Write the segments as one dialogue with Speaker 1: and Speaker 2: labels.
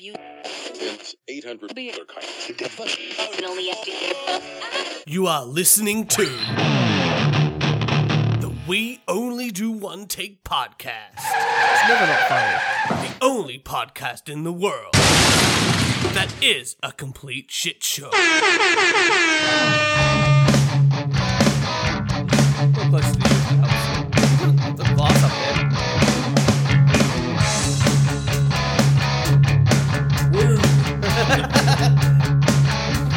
Speaker 1: you.
Speaker 2: and 800 other kinds.
Speaker 1: Only
Speaker 3: You are listening to the We Only Do One Take podcast,
Speaker 4: It's never not funny.
Speaker 3: the only podcast in the world that is a complete shit show.
Speaker 4: We're close to the youth house. The glass up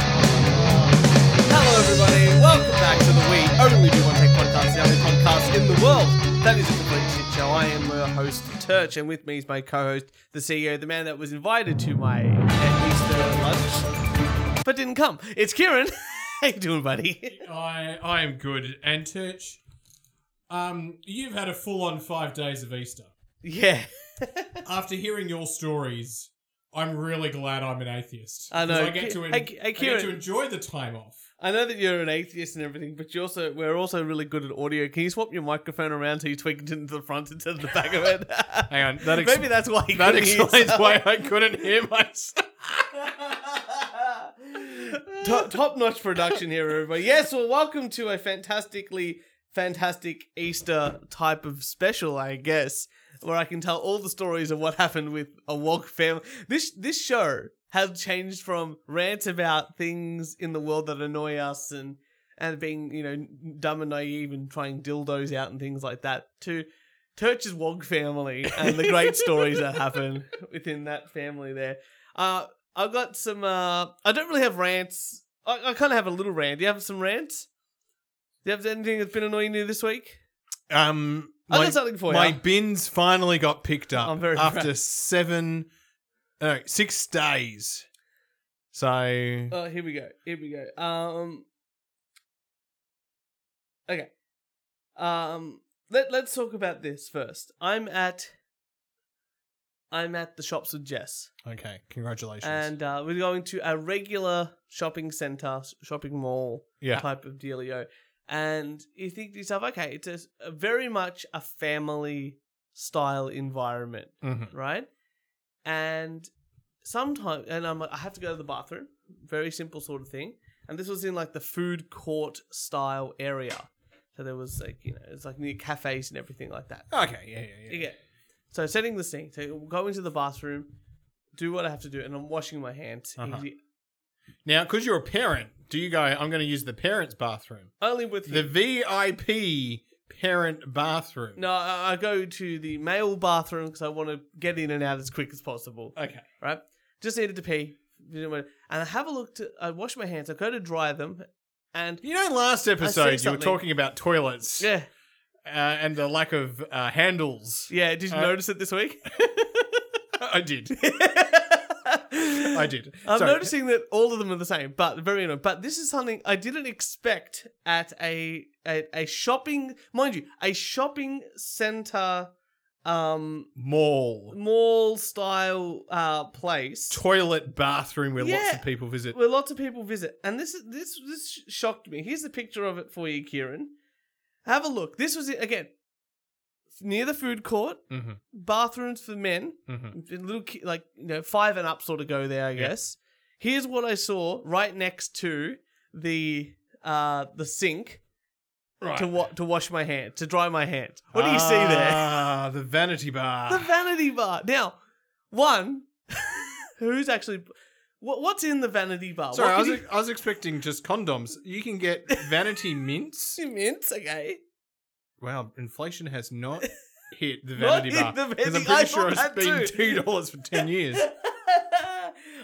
Speaker 4: there. Hello, everybody. Welcome back to the We Only Do One Take podcast, the only podcast in the world that is a complete shit show. I am your host, Turch, and with me is my co-host, the CEO, the man that was invited to my uh, Easter lunch but didn't come. It's Kieran. How you doing, buddy?
Speaker 5: I I am good. And Turch, um, you've had a full on five days of Easter.
Speaker 4: Yeah.
Speaker 5: After hearing your stories, I'm really glad I'm an atheist.
Speaker 4: I know.
Speaker 5: 'Cause I get to en-
Speaker 4: Hey, hey,
Speaker 5: I get
Speaker 4: Kieran.
Speaker 5: to enjoy the time off.
Speaker 4: I know that you're an atheist and everything, but you also we're also really good at audio. Can you swap your microphone around so you tweak it into the front instead of the back of it?
Speaker 5: Hang on, that ex-
Speaker 4: Maybe that's why you
Speaker 5: That
Speaker 4: couldn't hear
Speaker 5: explains
Speaker 4: yourself.
Speaker 5: why I couldn't hear myself.
Speaker 4: top, top-notch production here, everybody. Yes, well, welcome to a fantastically fantastic Easter type of special, I guess, where I can tell all the stories of what happened with a Walk family. This this show has changed from rants about things in the world that annoy us and and being you know dumb and naive and trying dildos out and things like that to Turch's Wog family and the great stories that happen within that family there. Uh, I've got some. Uh, I don't really have rants. I, I kind of have a little rant. Do you have some rants? Do you have anything that's been annoying you this week?
Speaker 6: Um,
Speaker 4: I
Speaker 6: my,
Speaker 4: got something for
Speaker 6: my
Speaker 4: you.
Speaker 6: bins finally got picked up
Speaker 4: I'm very
Speaker 6: after
Speaker 4: proud.
Speaker 6: seven, no, six days. So
Speaker 4: Oh, here we go. Here we go. Um. Okay. Um. Let Let's talk about this first. I'm at. I'm at the shops with Jess.
Speaker 6: okay, congratulations.
Speaker 4: And uh, we're going to a regular shopping center, shopping mall
Speaker 6: Yeah.
Speaker 4: type of dealio. And you think to yourself, okay, it's a, a very much a family style environment,
Speaker 6: Mhm.
Speaker 4: right? And sometimes, and I'm like, I have to go to the bathroom, very simple sort of thing. And this was in like the food court style area. So there was like, you know, it's like near cafes and everything like that.
Speaker 6: Okay, yeah, yeah, yeah.
Speaker 4: Yeah. So setting the scene. So go into the bathroom, do what I have to do, and I'm washing my hands.
Speaker 6: Uh-huh.
Speaker 4: Easy.
Speaker 6: Now, because you're a parent, do you go? I'm going to use the parents' bathroom,
Speaker 4: Only with
Speaker 6: the VIP parent bathroom.
Speaker 4: no, I I go to the male bathroom because I want to get in and out as quick as possible.
Speaker 6: Okay.
Speaker 4: Right. Just needed to pee, and I have a look to. I wash my hands. I go to dry them, and
Speaker 6: You know, last episode you were
Speaker 4: something.
Speaker 6: talking about toilets
Speaker 4: yeah,
Speaker 6: uh, and the lack of uh, handles.
Speaker 4: yeah. Did you
Speaker 6: Uh,
Speaker 4: notice it this week?
Speaker 6: I did. I
Speaker 4: I
Speaker 6: did.
Speaker 4: I'm
Speaker 6: Sorry.
Speaker 4: noticing that all of them are the same, but very annoying. But this is something I didn't expect at a a, a shopping, mind you, a shopping center, um,
Speaker 6: mall
Speaker 4: mall style uh place
Speaker 6: toilet bathroom where lots
Speaker 4: Yeah.
Speaker 6: of people visit.
Speaker 4: where lots of people visit. And this is this this sh- shocked me. Here's a picture of it for you, Kieran. Have a look. This was it again near the food court,
Speaker 6: Mm-hmm.
Speaker 4: bathrooms for men.
Speaker 6: Mm-hmm.
Speaker 4: the little ki- like you know five and up sort of go there i
Speaker 6: Yeah.
Speaker 4: guess here's what i saw right next to the uh the sink
Speaker 6: Right.
Speaker 4: to wa- to wash my hand to dry my hands what do you see there
Speaker 6: Ah, the vanity bar.
Speaker 4: the vanity bar now one who's actually what, what's in the vanity bar
Speaker 6: Sorry, I
Speaker 4: What
Speaker 6: was,
Speaker 4: can
Speaker 6: I was expecting just condoms. You can get vanity mints.
Speaker 4: you- mints okay
Speaker 6: Wow, inflation has not hit the
Speaker 4: Not
Speaker 6: vanity
Speaker 4: hit
Speaker 6: bar.
Speaker 4: the
Speaker 6: 'Cause
Speaker 4: vanity-
Speaker 6: I'm
Speaker 4: I
Speaker 6: pretty sure
Speaker 4: thought
Speaker 6: it's been
Speaker 4: that too.
Speaker 6: two dollars for ten years.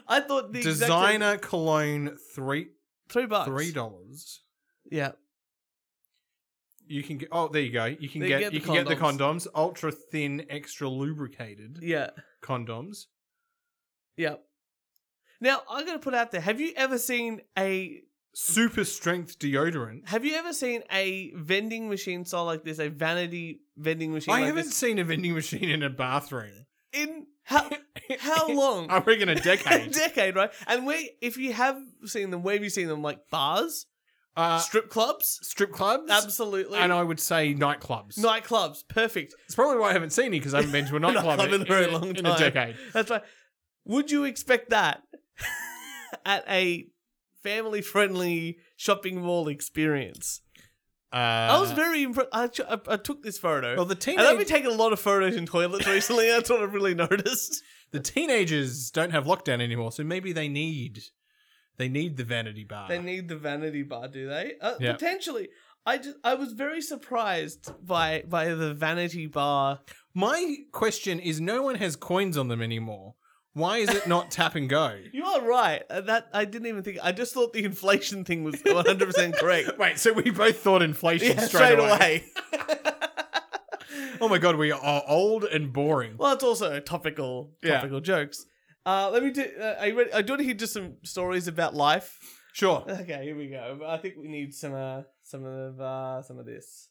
Speaker 4: i thought the exact same-
Speaker 6: Designer cologne three
Speaker 4: three bucks
Speaker 6: three dollars.
Speaker 4: yeah
Speaker 6: You can get oh there you go. You can
Speaker 4: They
Speaker 6: get,
Speaker 4: get
Speaker 6: you
Speaker 4: the
Speaker 6: can get the condoms. Ultra thin, extra lubricated
Speaker 4: yeah
Speaker 6: condoms.
Speaker 4: yeah now i'm gonna put out there have you ever seen a
Speaker 6: Super strength deodorant.
Speaker 4: Have you ever seen a vending machine style like this? A vanity vending machine?
Speaker 6: I
Speaker 4: like
Speaker 6: haven't
Speaker 4: this?
Speaker 6: seen a vending machine in a bathroom.
Speaker 4: in how how long?
Speaker 6: I reckon a
Speaker 4: a
Speaker 6: decade.
Speaker 4: decade, right? And where if you have seen them, where have you seen them? Like bars,
Speaker 6: uh,
Speaker 4: strip clubs,
Speaker 6: strip clubs,
Speaker 4: absolutely.
Speaker 6: and I would say nightclubs.
Speaker 4: Nightclubs, perfect.
Speaker 6: It's probably why I haven't seen you because I haven't been to a nightclub
Speaker 4: Nightclub in a very long
Speaker 6: in
Speaker 4: time.
Speaker 6: a decade.
Speaker 4: That's right. Would you expect that at a family friendly shopping mall experience?
Speaker 6: Uh,
Speaker 4: I was very impressed. I, ch- I, I took this photo.
Speaker 6: well. The
Speaker 4: and I've been
Speaker 6: teenage,
Speaker 4: taking a lot of photos in toilets recently. That's what I've really noticed.
Speaker 6: the teenagers don't have lockdown anymore, so maybe they need they need the vanity bar.
Speaker 4: They need the vanity bar, do they? Uh,
Speaker 6: Yeah.
Speaker 4: Potentially. I just I was very surprised by by the vanity bar.
Speaker 6: My question is, no one has coins on them anymore. Why is it not tap and go?
Speaker 4: You are right. Uh, That I didn't even think. I just thought the inflation thing was 100 percent correct.
Speaker 6: Wait, so we both thought inflation
Speaker 4: Yeah, straight, away.
Speaker 6: Oh my god, we are old and boring.
Speaker 4: well, it's also topical
Speaker 6: Yeah.
Speaker 4: topical jokes. Uh, let me do. Uh, are you ready? I do want to hear just some stories about life.
Speaker 6: Sure.
Speaker 4: Okay, here we go. I think we need some uh, some of uh, some of this.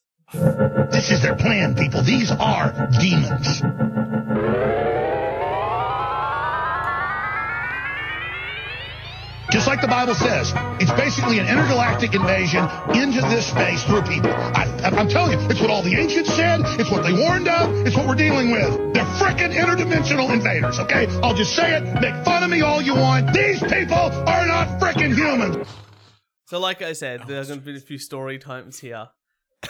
Speaker 1: This is their plan, people. These are demons. Just like the Bible says, it's basically an intergalactic invasion into this space through people. I, I'm- I'm telling you, it's what all the ancients said, it's what they warned of, it's what we're dealing with. They're frickin' interdimensional invaders, okay? I'll just say it, make fun of me all you want. These people are not frickin' humans.
Speaker 4: So, like I said, there's been a few story times here.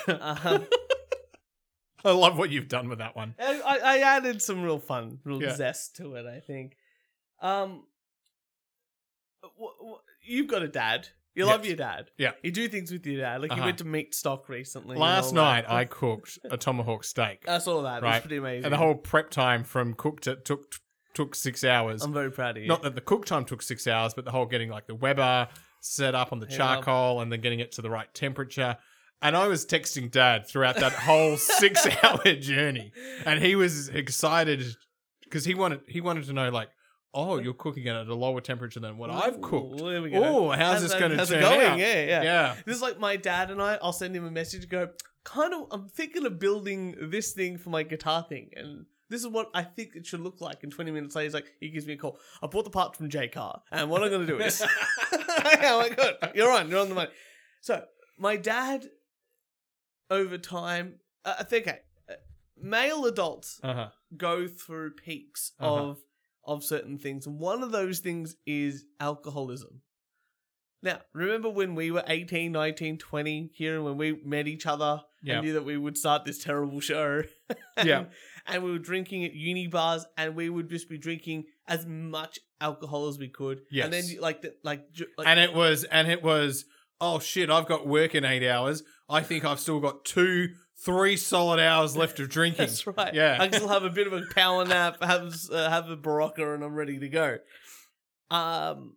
Speaker 4: um,
Speaker 6: I love what you've done with that one.
Speaker 4: I, I- I added some real fun, real
Speaker 6: Yeah.
Speaker 4: zest to it. I think. Um, wh- wh- you've got a dad. You love
Speaker 6: Yes.
Speaker 4: your dad.
Speaker 6: Yeah.
Speaker 4: you do things with your dad. Like you
Speaker 6: Uh-huh.
Speaker 4: went to meat stock recently. and
Speaker 6: Last
Speaker 4: all that.
Speaker 6: night I cooked a tomahawk steak,
Speaker 4: I saw that. It was
Speaker 6: Right.
Speaker 4: pretty amazing.
Speaker 6: and the whole prep time from cooked it took took six hours.
Speaker 4: I'm very proud of you.
Speaker 6: Not that the cook time took six hours, but the whole getting like the Weber set up on the
Speaker 4: Yeah.
Speaker 6: charcoal and then getting it to the right temperature. And I was texting dad throughout that whole six hour journey. And he was excited because he wanted he wanted to know like, oh, you're cooking it at a lower temperature than what I've cooked.
Speaker 4: Ooh, there we go.
Speaker 6: Oh, how's, this
Speaker 4: that-
Speaker 6: going to
Speaker 4: how's
Speaker 6: turn
Speaker 4: it going?
Speaker 6: out?
Speaker 4: Yeah, yeah,
Speaker 6: yeah.
Speaker 4: This is like my dad and I. I'll send him a message. Go, kind of. I'm thinking of building this thing for my guitar thing, and this is what I think it should look like. And 20 minutes later, he's like, he gives me a call. I bought the parts from J Car, and what I'm going to do is, yeah, oh my god, you're on, you're on the money. So my dad, over time, uh, I think, okay, uh, male adults
Speaker 6: Uh-huh.
Speaker 4: go through peaks
Speaker 6: Uh-huh.
Speaker 4: of of certain things. And one of those things is alcoholism. Now, remember when we were 18, 19, 20 here and when we met each other
Speaker 6: Yeah.
Speaker 4: and knew that we would start this terrible show? and,
Speaker 6: Yeah.
Speaker 4: And we were drinking at uni bars and we would just be drinking as much alcohol as we could. And then,
Speaker 6: Yes.
Speaker 4: like, the, like, ju- like
Speaker 6: and it was and it was oh shit i've got work in eight hours i think i've still got two three solid hours left of drinking
Speaker 4: That's right.
Speaker 6: Yeah.
Speaker 4: I can still have a bit of a power nap, have uh, have a barocca, and I'm ready to go. Um,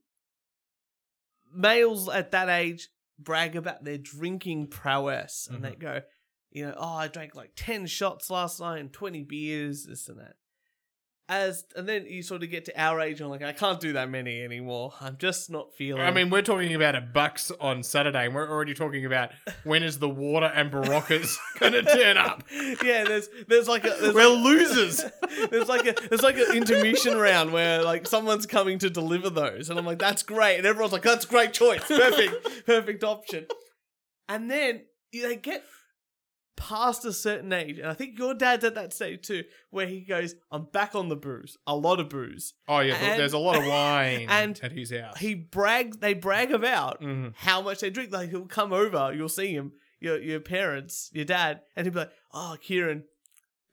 Speaker 4: males at that age brag about their drinking prowess, and
Speaker 6: Mm-hmm.
Speaker 4: they go, you know, oh, I drank like ten shots last night and twenty beers, this and that. As and then you sort of get to our age, and I'm like, I can't do that many anymore. I'm just not feeling.
Speaker 6: i mean we're talking about a bucks on saturday and we're already talking about when is the water and barocas gonna turn up
Speaker 4: yeah, there's there's like a there's
Speaker 6: we're
Speaker 4: like-
Speaker 6: losers
Speaker 4: there's like a there's like an intermission round where like someone's coming to deliver those, and I'm like, that's great, and everyone's like, that's a great choice, perfect, perfect option. And then they get past a certain age, and I think your dad's at that stage too, where he goes, I'm back on the booze, a lot of booze.
Speaker 6: oh yeah
Speaker 4: And-
Speaker 6: there's a lot of wine
Speaker 4: and
Speaker 6: at his house
Speaker 4: He brags, they brag about
Speaker 6: Mhm.
Speaker 4: how much they drink. Like he'll come over, you'll see him, your your parents, your dad, and he'll be like, "Oh, Kieran,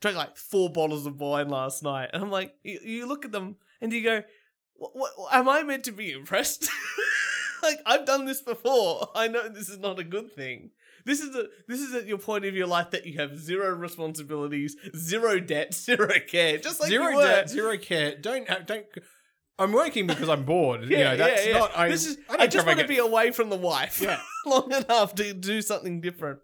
Speaker 4: drank like four bottles of wine last night," and I'm like, you, you look at them and you go, "What? what am I meant to be impressed? like I've done this before. I know this is not a good thing." This is a this is at your point of your life that you have zero responsibilities, zero debt, zero care, just like
Speaker 6: zero
Speaker 4: you were.
Speaker 6: debt zero care don't uh, don't i'm working because i'm bored
Speaker 4: Yeah,
Speaker 6: you know that's
Speaker 4: yeah, yeah.
Speaker 6: not I,
Speaker 4: this is.
Speaker 6: I,
Speaker 4: I,
Speaker 6: don't care
Speaker 4: just
Speaker 6: if
Speaker 4: want to
Speaker 6: get-
Speaker 4: be away from the wife
Speaker 6: Yeah.
Speaker 4: long enough to do something different.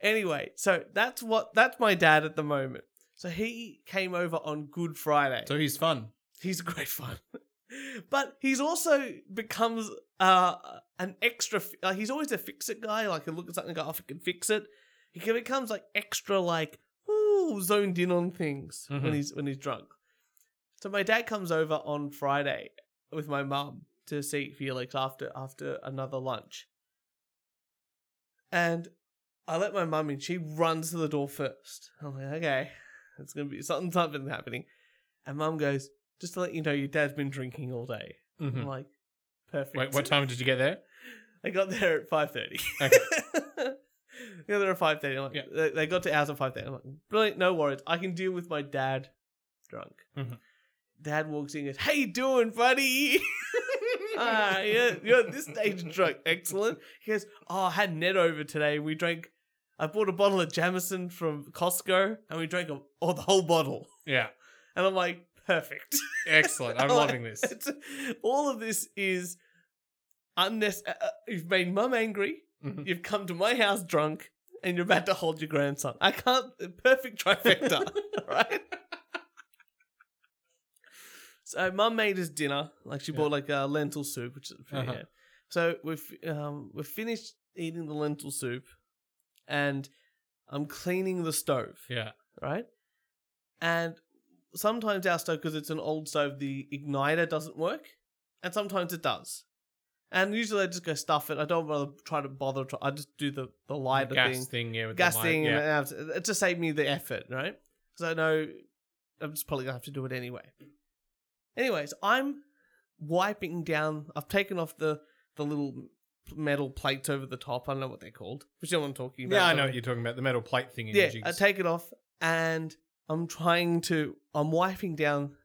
Speaker 4: Anyway, so that's what that's my dad at the moment. So he came over on Good Friday.
Speaker 6: so he's fun
Speaker 4: he's great fun, but he's also becomes uh, an extra. fi- Like he's always a fix it guy. Like he look at something and go, "Oh, "I can fix it." He can- becomes like extra, like ooh, zoned in on things when
Speaker 6: Mhm.
Speaker 4: he's when he's drunk. So my dad comes over on Friday with my mum to see Felix after after another lunch. And I let my mum in. She runs to the door first. I'm like, okay, it's gonna be something something happening. And mum goes, just to let you know, your dad's been drinking all day. I'm
Speaker 6: Mhm.
Speaker 4: like, perfect.
Speaker 6: Wait, what time did you get there?
Speaker 4: I got there at five thirty.
Speaker 6: Okay.
Speaker 4: Yeah, they're at five thirty. Like,
Speaker 6: Yeah.
Speaker 4: they, they got to ours at five thirty. I'm like, brilliant, no worries. I can deal with my dad, drunk.
Speaker 6: Mhm.
Speaker 4: Dad walks in, and goes, "How you doing, buddy? ah, yeah, you're at this stage drunk. Excellent." He goes, "Oh, I had Ned over today. We drank. I bought a bottle of Jamison from Costco, and we drank a, oh the whole bottle."
Speaker 6: Yeah,
Speaker 4: And I'm like, "Perfect."
Speaker 6: excellent. I'm
Speaker 4: Like,
Speaker 6: loving this.
Speaker 4: Oh, it's- all of this is unnecessary. Uh, you've made mum angry.
Speaker 6: Mhm.
Speaker 4: You've come to my house drunk, and you're about to hold your grandson. I can't. Perfect trifecta, right? So mum made us dinner. Like she
Speaker 6: Yeah.
Speaker 4: bought like a lentil soup, which is
Speaker 6: Uh-huh.
Speaker 4: yeah. So we've um, we've finished eating the lentil soup, and I'm cleaning the stove
Speaker 6: Yeah,
Speaker 4: right? And sometimes our stove, because it's an old stove, the igniter doesn't work, and sometimes it does. And usually I just go stuff it. I don't bother try to bother. Try, I just do the the lighter
Speaker 6: gas
Speaker 4: thing,
Speaker 6: thing. yeah, with the
Speaker 4: gas
Speaker 6: light,
Speaker 4: thing, uh,
Speaker 6: yeah.
Speaker 4: and and it just saved me the effort, right? Because I know I'm just probably gonna have to do it anyway. Anyways, I'm wiping down. I've taken off the the little metal plates over the top. I don't know what they're called. Which you know what I'm talking about.
Speaker 6: yeah, I
Speaker 4: don't
Speaker 6: know what you're talking about. The metal plate thing in
Speaker 4: yeah,
Speaker 6: your
Speaker 4: I
Speaker 6: jigs.
Speaker 4: take it off and I'm trying to. I'm wiping down.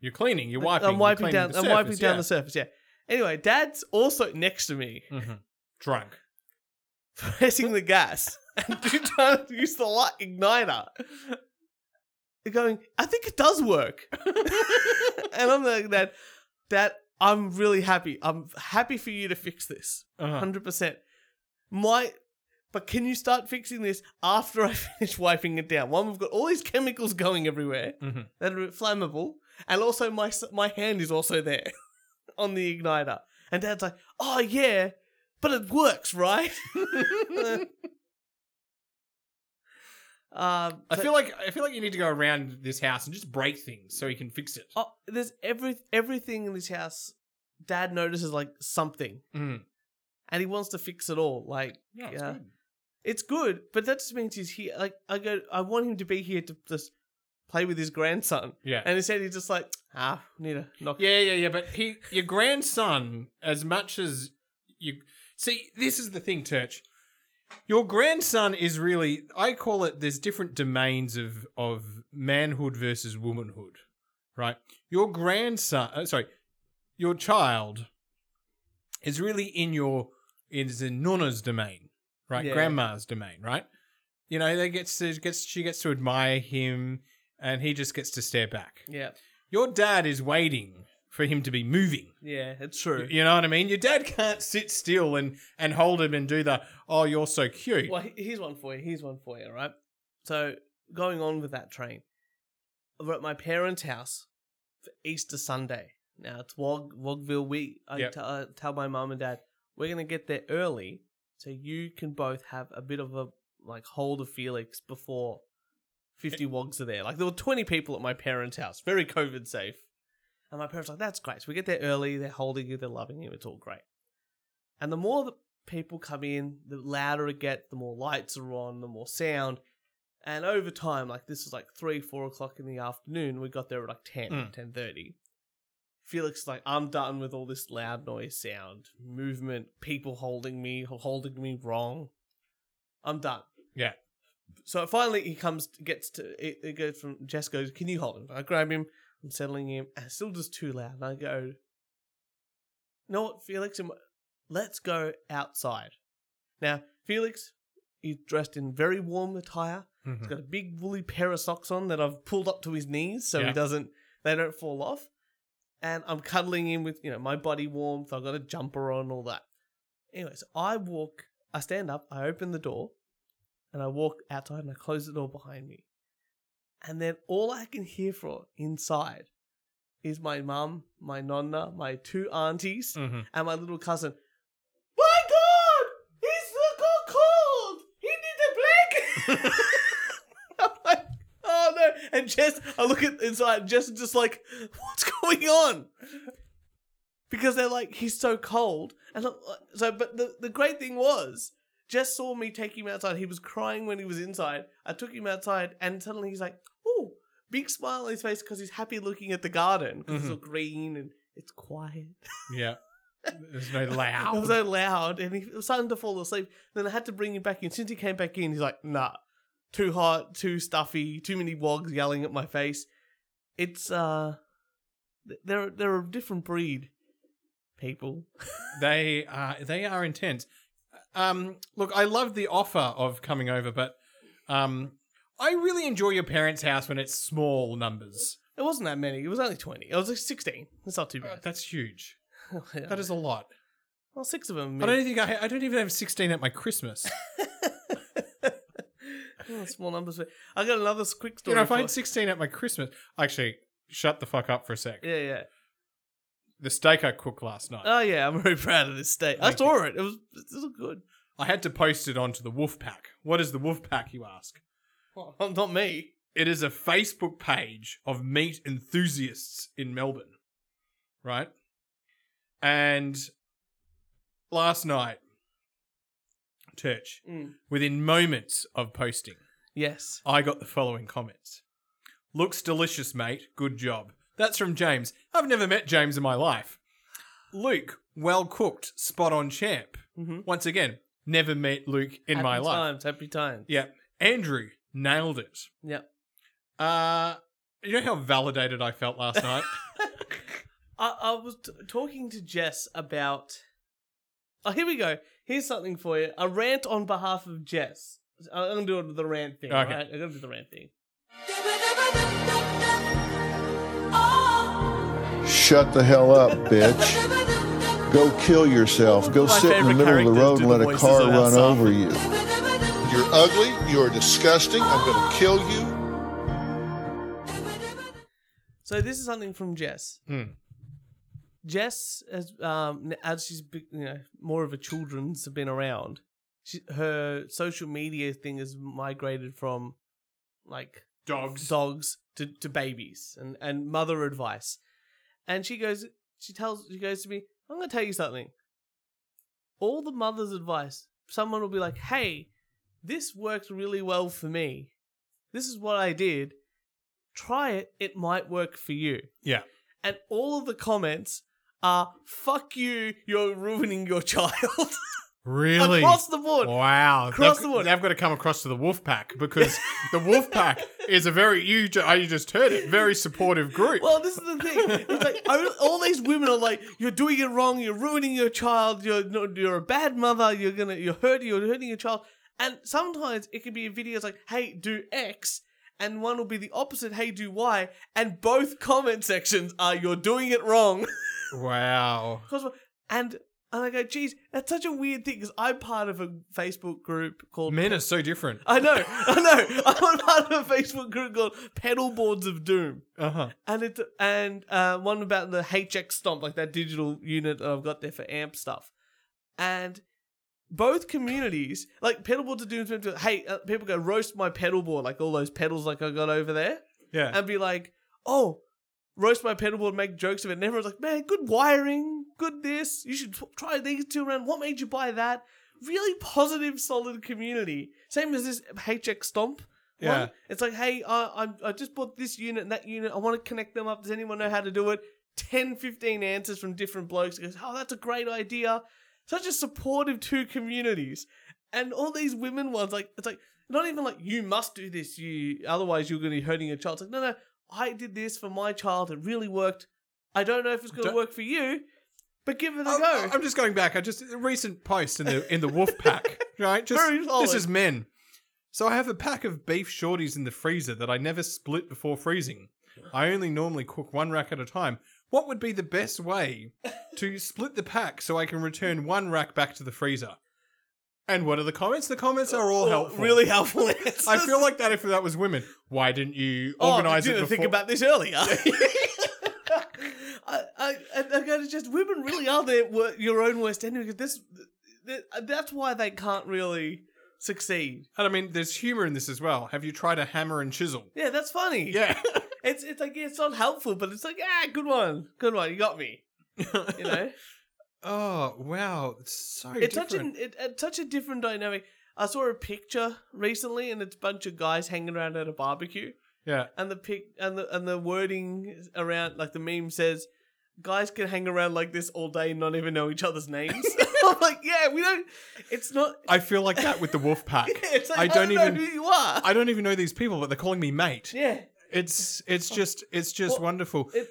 Speaker 6: you're cleaning. You're wiping.
Speaker 4: I'm
Speaker 6: you're
Speaker 4: wiping
Speaker 6: cleaning
Speaker 4: down.
Speaker 6: the
Speaker 4: I'm
Speaker 6: surface,
Speaker 4: wiping down
Speaker 6: yeah.
Speaker 4: the surface. Yeah. Anyway, Dad's also next to me,
Speaker 6: Mhm. Drunk.
Speaker 4: pressing the gas and trying to use the light igniter. They're going. I think it does work. and I'm like, Dad, Dad, I'm really happy. I'm happy for you to fix this.
Speaker 6: Uh-huh.
Speaker 4: 100%. My but can you start fixing this after I finish wiping it down? One, we've got all these chemicals going everywhere
Speaker 6: Mhm.
Speaker 4: that are flammable, and also my s- my hand is also there on the igniter. And Dad's like, "Oh yeah, but it works, right?" um,
Speaker 6: I
Speaker 4: so-
Speaker 6: feel like I feel like you need to go around this house and just break things so he can fix it.
Speaker 4: oh, there's every everything in this house. Dad notices like something,
Speaker 6: Mm.
Speaker 4: and he wants to fix it all. Like,
Speaker 6: Yeah, it's
Speaker 4: yeah.
Speaker 6: good.
Speaker 4: It's good, but that just means he's here. Like I go, I want him to be here to just play with his grandson,
Speaker 6: Yeah.
Speaker 4: and instead he's just like, ah, need a knock.
Speaker 6: Yeah, yeah, yeah. But he, your grandson, as much as you see, this is the thing, Church. Your grandson is really, I call it. There's different domains of of manhood versus womanhood, right? Your grandson, uh, sorry, your child is really in your is in Nonna's domain, right?
Speaker 4: Yeah.
Speaker 6: Grandma's domain, right? You know, they gets to gets she gets to admire him, and he just gets to stare back.
Speaker 4: yeah,
Speaker 6: Your dad is waiting for him to be moving.
Speaker 4: yeah, it's true.
Speaker 6: You know what I mean? Your dad can't sit still and, and hold him and do the, oh, you're so cute.
Speaker 4: Well, he- here's one for you. Here's one for you. All right. So going on with that train, we're at my parents' house for Easter Sunday. Now it's Wog Wogville week. I
Speaker 6: Yep.
Speaker 4: t- uh, tell my mum and dad we're gonna get there early, so you can both have a bit of a like hold of Felix before fifty wogs are there. Like there were twenty people at my parents' house, very COVID safe. And my parents were like, that's great. So we get there early. They're holding you. They're loving you. It's all great. And the more that people come in, the louder it gets, the more lights are on, the more sound. And over time, like this was like three, four o'clock in the afternoon, we got there at like 10,
Speaker 6: Mm.
Speaker 4: 10.30. Felix is like, I'm done with all this loud noise, sound, movement, people holding me, holding me wrong. I'm done.
Speaker 6: Yeah.
Speaker 4: So finally he comes, gets to, it, it goes from, Jess goes, can you hold him? I grab him, I'm settling him, and it's still just too loud. And I go, you know what, Felix, Am- let's go outside. Now, Felix, he's dressed in very warm attire.
Speaker 6: Hmm.
Speaker 4: He's
Speaker 6: Mm-hmm.
Speaker 4: got a big woolly pair of socks on that I've pulled up to his knees so he
Speaker 6: Yeah.
Speaker 4: doesn't they don't fall off. And I'm cuddling him with, you know, my body warmth, I've got a jumper on, all that. Anyways, I walk, I stand up, I open the door, and I walk outside and I close the door behind me. And then all I can hear from inside is my mum, my nonna, my two aunties,
Speaker 6: hmm
Speaker 4: and my little cousin. My God, he's got cold. He needs a blanket. I'm like, oh no! And Jess, I look at inside. And Jess is just like, what's going on? Because they're like, he's so cold, and I'm like- so. But the the great thing was. Jess saw me take him outside. He was crying when he was inside. I took him outside, and suddenly he's like, "Oh, big smile on his face because he's happy looking at the garden 'cause it's all green and it's quiet.
Speaker 6: Yeah. There's no
Speaker 4: It was
Speaker 6: loud.
Speaker 4: so loud, and he was starting to fall asleep. Then I had to bring him back in. Since he came back in, he's like, "Nah, too hot, too stuffy, too many wogs yelling at my face." It's uh, th- they're they're a different breed, people.
Speaker 6: They are they are intense. Um, look, I love the offer of coming over, but um, I really enjoy your parents' house when it's small numbers.
Speaker 4: It wasn't that many. It was only twenty. It was like sixteen. It's not too
Speaker 6: Uh,
Speaker 4: bad.
Speaker 6: That's huge. That is a lot.
Speaker 4: well, six of them.
Speaker 6: I don't think I, I don't even have 16 at my Christmas.
Speaker 4: Oh, small numbers. I got another s- quick
Speaker 6: you
Speaker 4: story.
Speaker 6: know, if I
Speaker 4: for-
Speaker 6: had 16 at my Christmas, actually, shut the fuck up for a sec.
Speaker 4: yeah, yeah.
Speaker 6: The steak I cooked last night,
Speaker 4: Oh yeah, I'm very proud of this state. I
Speaker 6: Thank you.
Speaker 4: saw it. It was it was good.
Speaker 6: I had to post it onto the Wolf Pack. What is the Wolf Pack, you ask?
Speaker 4: Well, not me.
Speaker 6: It is a Facebook page of meat enthusiasts in Melbourne, right? And last night, Church,
Speaker 4: Mm.
Speaker 6: within moments of posting,
Speaker 4: Yes.
Speaker 6: I got the following comments. Looks delicious, mate. Good job. That's from James. I've never met James in my life. Luke, well cooked, spot on champ.
Speaker 4: Mhm.
Speaker 6: Once again, never met Luke in
Speaker 4: happy
Speaker 6: my life.
Speaker 4: times, happy times.
Speaker 6: Yeah. Andrew, nailed it.
Speaker 4: Yep.
Speaker 6: Uh you know how validated I felt last night?
Speaker 4: I, I was t- talking to Jess about. Oh, here we go. Here's something for you. A rant on behalf of Jess. I- I'm gonna do it with the rant thing.
Speaker 6: Okay.
Speaker 4: Right? I'm gonna do the rant thing.
Speaker 7: Shut the hell up, bitch. Go kill yourself. Go
Speaker 4: My
Speaker 7: sit in the
Speaker 4: favorite
Speaker 7: middle of the
Speaker 4: characters
Speaker 7: road and
Speaker 4: do the
Speaker 7: let a
Speaker 4: voices
Speaker 7: car
Speaker 4: of
Speaker 7: run
Speaker 4: Elsa.
Speaker 7: over you. You're ugly. You're disgusting. I'm going to kill you.
Speaker 4: So this is something from Jess.
Speaker 6: Hmm.
Speaker 4: Jess, as um, as she's be- you know more of a children's have been around, she, her social media thing has migrated from like
Speaker 6: Dogs.
Speaker 4: dogs to, to babies and, and mother advice. And she goes, she tells, she goes to me, I'm going to tell you something. All the mother's advice, someone will be like, hey, this worked really well for me. This is what I did. Try it. It might work for you.
Speaker 6: Yeah.
Speaker 4: And all of the comments are, fuck you, you're ruining your child.
Speaker 6: Really?
Speaker 4: Across the board.
Speaker 6: Wow.
Speaker 4: Across
Speaker 6: they've,
Speaker 4: the board.
Speaker 6: They've got to come across to the wolf pack because the wolf pack is a very, you, ju- you just heard it, very supportive group.
Speaker 4: Well, this is the thing. It's like all- all these women are like, "You're doing it wrong. You're ruining your child. You're no- you're a bad mother. You're gonna you're hurting you're hurting your child." And sometimes it can be a video it's like, "Hey, do X," and one will be the opposite, "Hey, do Y," and both comment sections are, "You're doing it wrong."
Speaker 6: wow.
Speaker 4: and and I go, "Geez, that's such a weird thing." Because I'm part of a Facebook group called
Speaker 6: Men are so different.
Speaker 4: I know, I know. I'm part of a Facebook group called Pedal Boards of Doom.
Speaker 6: Uh huh.
Speaker 4: And it and uh, one about the HX Stomp, like that digital unit that I've got there for amp stuff. And both communities, like pedalboard to do, hey, uh, people go roast my pedalboard, like all those pedals like I got over there,
Speaker 6: Yeah.
Speaker 4: and be like, oh, roast my pedalboard, make jokes of it. And everyone's like, man, good wiring, good this. You should t- try these two around. What made you buy that? Really positive, solid community. Same as this HX Stomp. One,
Speaker 6: Yeah.
Speaker 4: It's like, hey, I, I I just bought this unit and that unit. I want to connect them up. Does anyone know how to do it? 10, 15 answers from different blokes. It goes, oh, that's a great idea. Such a supportive two communities. And all these women ones, like, it's like, not even like, you must do this. You Otherwise, you're going to be hurting your child. It's like, no, no, I did this for my child. It really worked. I don't know if it's going to
Speaker 6: Don't-
Speaker 4: work for you, but give it a
Speaker 6: I'm,
Speaker 4: go.
Speaker 6: Oh, I'm just going back. I just a recent post in the in the wolf pack, right? Just
Speaker 4: Very solid.
Speaker 6: this is men. So I have a pack of beef shorties in the freezer that I never split before freezing. I only normally cook one rack at a time. What would be the best way to split the pack so I can return one rack back to the freezer? And what are the comments? The comments are all helpful.
Speaker 4: Oh, Really helpful answers.
Speaker 6: I feel like that if that was women. Why didn't you
Speaker 4: Oh,
Speaker 6: organize
Speaker 4: you
Speaker 6: it
Speaker 4: didn't
Speaker 6: before?
Speaker 4: think about this earlier. I, I, I go to just women really are their wor- your own worst enemy because this, th- that's why they can't really succeed.
Speaker 6: and I mean, there's humor in this as well. Have you tried a hammer and chisel?
Speaker 4: Yeah, that's funny.
Speaker 6: Yeah.
Speaker 4: it's it's like yeah, it's not helpful, but it's like ah, good one, good one, you got me. You know,
Speaker 6: Oh wow, it's so
Speaker 4: it's such
Speaker 6: different.
Speaker 4: an it, it's such a different dynamic. I saw a picture recently, and it's a bunch of guys hanging around at a barbecue.
Speaker 6: Yeah.
Speaker 4: and the pic and the and the wording around like the meme says guys can hang around like this all day and not even know each other's names i'm like yeah we don't it's not
Speaker 6: I feel like that with the wolf pack.
Speaker 4: it's like,
Speaker 6: I don't even
Speaker 4: know who you are
Speaker 6: I don't even know these people, but they're calling me mate.
Speaker 4: yeah Oh.
Speaker 6: It's it's just it's just
Speaker 4: Well,
Speaker 6: wonderful.
Speaker 4: it-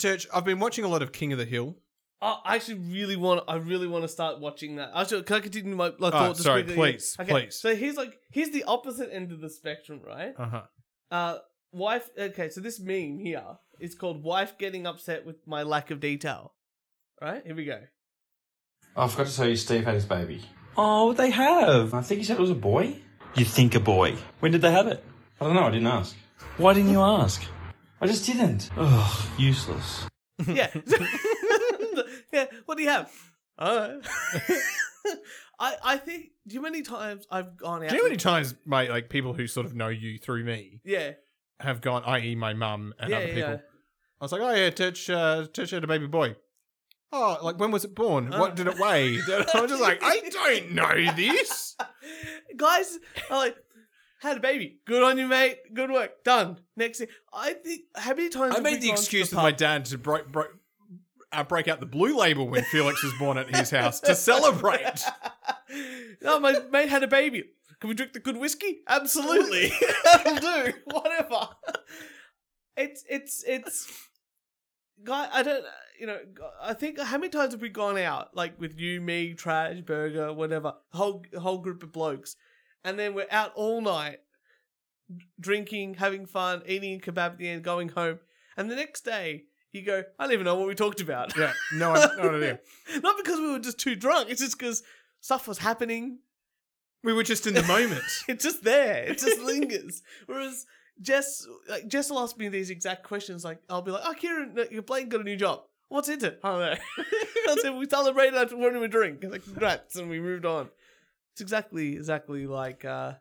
Speaker 6: Church, I've been watching a lot of King of the Hill.
Speaker 4: I I actually really want. I really want to start watching that. I should. Can I continue my like,
Speaker 6: Oh,
Speaker 4: thought? just
Speaker 6: sorry,
Speaker 4: quickly?
Speaker 6: please, please.
Speaker 4: So here's like here's the opposite end of the spectrum, right?
Speaker 6: Uh huh.
Speaker 4: Uh, wife. Okay, so this meme here is called "Wife Getting Upset with My Lack of Detail." Right here we go.
Speaker 8: Oh, I forgot to tell you, Steve had his baby.
Speaker 9: Oh, they have.
Speaker 8: I think you said it was a boy.
Speaker 9: You think a boy. When did they have it?
Speaker 8: I don't know. I didn't ask.
Speaker 9: Why didn't you ask?
Speaker 8: I just didn't.
Speaker 9: Ugh, useless.
Speaker 4: Yeah. yeah. What do you have? Uh, I I think. Do you know how many times I've gone out?
Speaker 6: Do you know how many
Speaker 4: with-
Speaker 6: times my like people who sort of know you through me
Speaker 4: Yeah.
Speaker 6: have gone, i.e., my mum and
Speaker 4: Yeah.
Speaker 6: other
Speaker 4: yeah,
Speaker 6: people.
Speaker 4: yeah.
Speaker 6: I was like, oh yeah, Titch, uh, Titch had a baby boy. Oh, like when was it born?
Speaker 4: Uh.
Speaker 6: What did it weigh? I was just like, I don't know this.
Speaker 4: guys are like had a baby good on you mate good work done next thing i think how many times
Speaker 6: I
Speaker 4: have we
Speaker 6: made the
Speaker 4: gone to
Speaker 6: excuse
Speaker 4: the
Speaker 6: with my
Speaker 4: pub?
Speaker 6: dad to break, break, uh, break out the blue label when Felix was born at his house to celebrate.
Speaker 4: no my mate had a baby can we drink the good whiskey absolutely that'll do whatever it's it's it's guy i don't you know i think how many times have we gone out like with you me trash burger whatever whole whole group of blokes and then we're out all night drinking, having fun, eating a kebab at the end, going home. And the next day, you go, I don't even know what we talked about.
Speaker 6: Yeah, no, I, no idea.
Speaker 4: Not because we were just too drunk, it's just because stuff was happening.
Speaker 6: We were just in the moment.
Speaker 4: It's just there, it just lingers. Whereas Jess, like, Jess will ask me these exact questions. Like, I'll be like, Oh, Kieran, uh, Blaine got a new job. What's in it? I don't know. I said, We celebrated after wanting a drink. It's Like, congrats, and we moved on. It's exactly, exactly like, uh,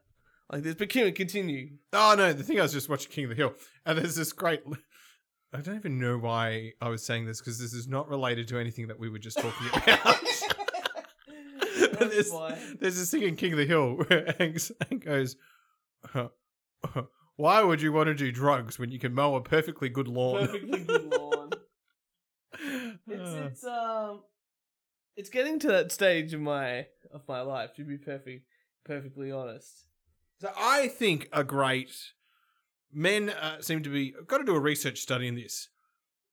Speaker 4: like this. But Kieran, continue.
Speaker 6: Oh no, the thing I was just watching King of the Hill, and there's this great. I don't even know why I was saying this because this is not related to anything that we were just talking about. But
Speaker 4: That's
Speaker 6: there's,
Speaker 4: why.
Speaker 6: there's this thing in King of the Hill where Hank Hank goes, "Huh, huh, "Why would you want to do drugs when you can mow a perfectly good lawn?"
Speaker 4: perfectly good lawn.
Speaker 6: Uh,
Speaker 4: It's it's um, it's getting to that stage of my of my life. To be perfect, perfectly honest.
Speaker 6: So I think a great men uh, seem to be. I've got to do a research study in this.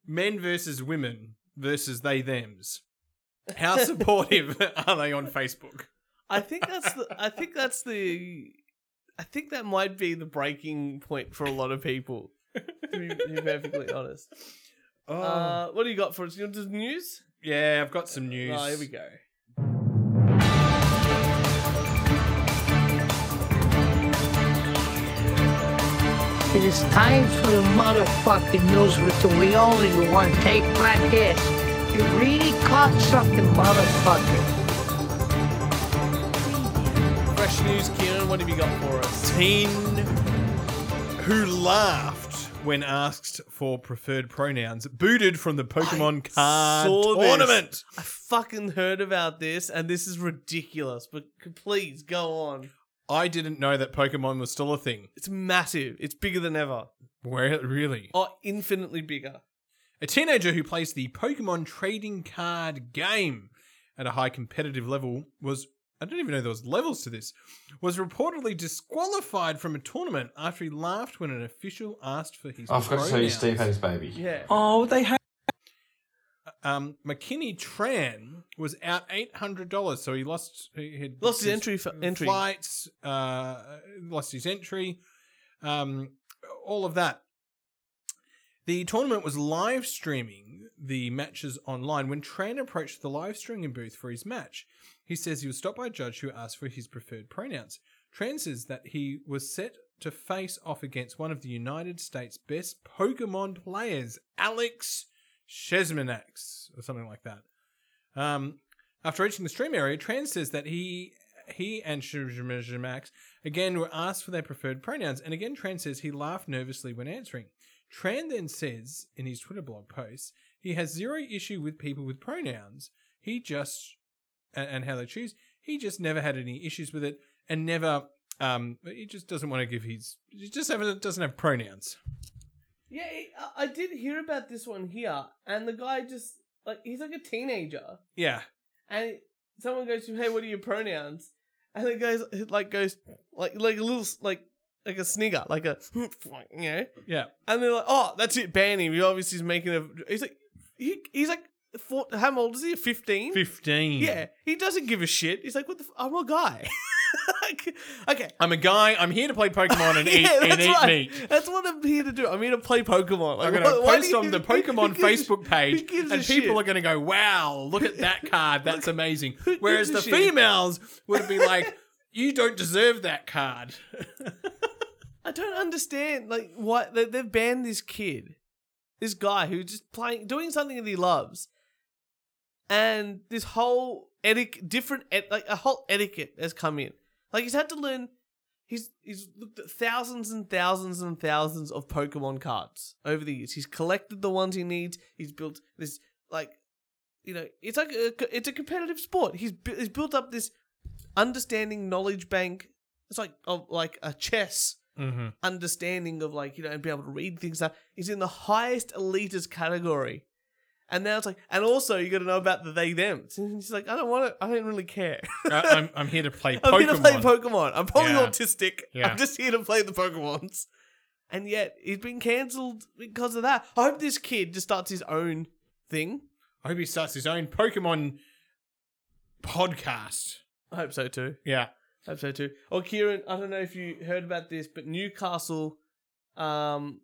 Speaker 6: Men versus women versus they them's. How supportive are they on Facebook?
Speaker 4: I think that's the. I think that's the. I think that might be the breaking point for a lot of people. To be, to be perfectly honest.
Speaker 6: Oh.
Speaker 4: Uh, what do you got for us? You want just news?
Speaker 6: yeah, I've got some news.
Speaker 4: Oh, here we go.
Speaker 10: It is time for the motherfucking news with the we only one take like this. You really caught something, motherfucker.
Speaker 4: Fresh news, Kieran. What have you got for us?
Speaker 6: Teen who laughed when asked for preferred pronouns, booted from the Pokemon card
Speaker 4: saw this.
Speaker 6: Uh, tournament.
Speaker 4: I fucking heard about this, and this is ridiculous. But c- please go on.
Speaker 6: I didn't know that Pokemon was still a thing.
Speaker 4: It's massive. It's bigger than ever.
Speaker 6: Where really?
Speaker 4: Or infinitely bigger.
Speaker 6: A teenager who plays the Pokemon trading card game at a high competitive level was I don't even know there was levels to this was reportedly disqualified from a tournament after he laughed when an official asked for his
Speaker 8: Oh, I forgot to tell you,
Speaker 6: pronouns.
Speaker 8: Steve had his baby.
Speaker 4: Yeah.
Speaker 9: Oh, they have.
Speaker 6: um, McKinney Tran was out eight hundred dollars, so he lost he had
Speaker 4: Lost his entry f- entry.
Speaker 6: flights, uh, lost his entry, um, all of that. The tournament was live streaming the matches online. When Tran approached the live streaming booth for his match, he says he was stopped by a judge who asked for his preferred pronouns. Tran says that he was set to face off against one of the United States' best Pokemon players, Alex Shesmanax, or something like that. Um, after reaching the stream area, Tran says that he he and Shesmanax again were asked for their preferred pronouns, and again Tran says he laughed nervously when answering. Tran then says in his Twitter blog post he has zero issue with people with pronouns. He just and, and how they choose. He just never had any issues with it and never Um, but he just doesn't want to give his. He just have, doesn't have pronouns.
Speaker 4: Yeah, it- I- I did hear about this one here, and the guy just like he's like a teenager,
Speaker 6: Yeah,
Speaker 4: and someone goes to him, "Hey, what are your pronouns?" And the guy's it, like goes like like a little s- like like a snigger, like a you know,
Speaker 6: yeah.
Speaker 4: and they're like, "Oh, that's it, ban him." He obviously is making a. He's like he he's like four, how old is he? Fifteen.
Speaker 6: Fifteen.
Speaker 4: Yeah, he doesn't give a shit. He's like, "What the? F- I'm a guy." like, okay,
Speaker 6: I'm a guy. I'm here to play Pokemon and eat
Speaker 4: yeah,
Speaker 6: and
Speaker 4: that's
Speaker 6: eat
Speaker 4: right.
Speaker 6: meat.
Speaker 4: That's what I'm here to do. I'm here to play Pokemon. Like,
Speaker 6: I'm going to
Speaker 4: why- why do
Speaker 6: post
Speaker 4: you-
Speaker 6: on the
Speaker 4: who
Speaker 6: Pokemon
Speaker 4: gives-
Speaker 6: Facebook
Speaker 4: who
Speaker 6: page,
Speaker 4: gives a
Speaker 6: and people
Speaker 4: shit?
Speaker 6: are going to go, "Wow, look at that card! That's amazing."
Speaker 4: gives
Speaker 6: Whereas
Speaker 4: a
Speaker 6: the
Speaker 4: shit?
Speaker 6: females would be like, "You don't deserve that card."
Speaker 4: I don't understand. Like, why they, they've banned this kid, this guy who's just playing, doing something that he loves, and this whole etic different, et- like a whole etiquette has come in. Like he's had to learn. He's he's looked at thousands and thousands and thousands of Pokemon cards over the years. He's collected the ones he needs. He's built this like, you know, it's like a, it's a competitive sport. He's bu- he's built up this understanding knowledge bank. It's like of like a chess
Speaker 6: Mm-hmm.
Speaker 4: understanding of like you know and be able to read things out is in the highest elitist category and now it's like and also you got to know about the they them so she's like i don't want to i don't really care
Speaker 6: Uh, I'm, I'm here to play Pokemon.
Speaker 4: i'm here to play pokemon i'm probably
Speaker 6: Yeah.
Speaker 4: autistic
Speaker 6: Yeah.
Speaker 4: i'm just here to play the pokemons and yet he's been cancelled because of that i hope this kid just starts his own thing
Speaker 6: I hope he starts his own Pokemon podcast.
Speaker 4: i hope so too
Speaker 6: Yeah.
Speaker 4: Hope so too. Or Kieran, I don't know if you heard about this, but Newcastle um,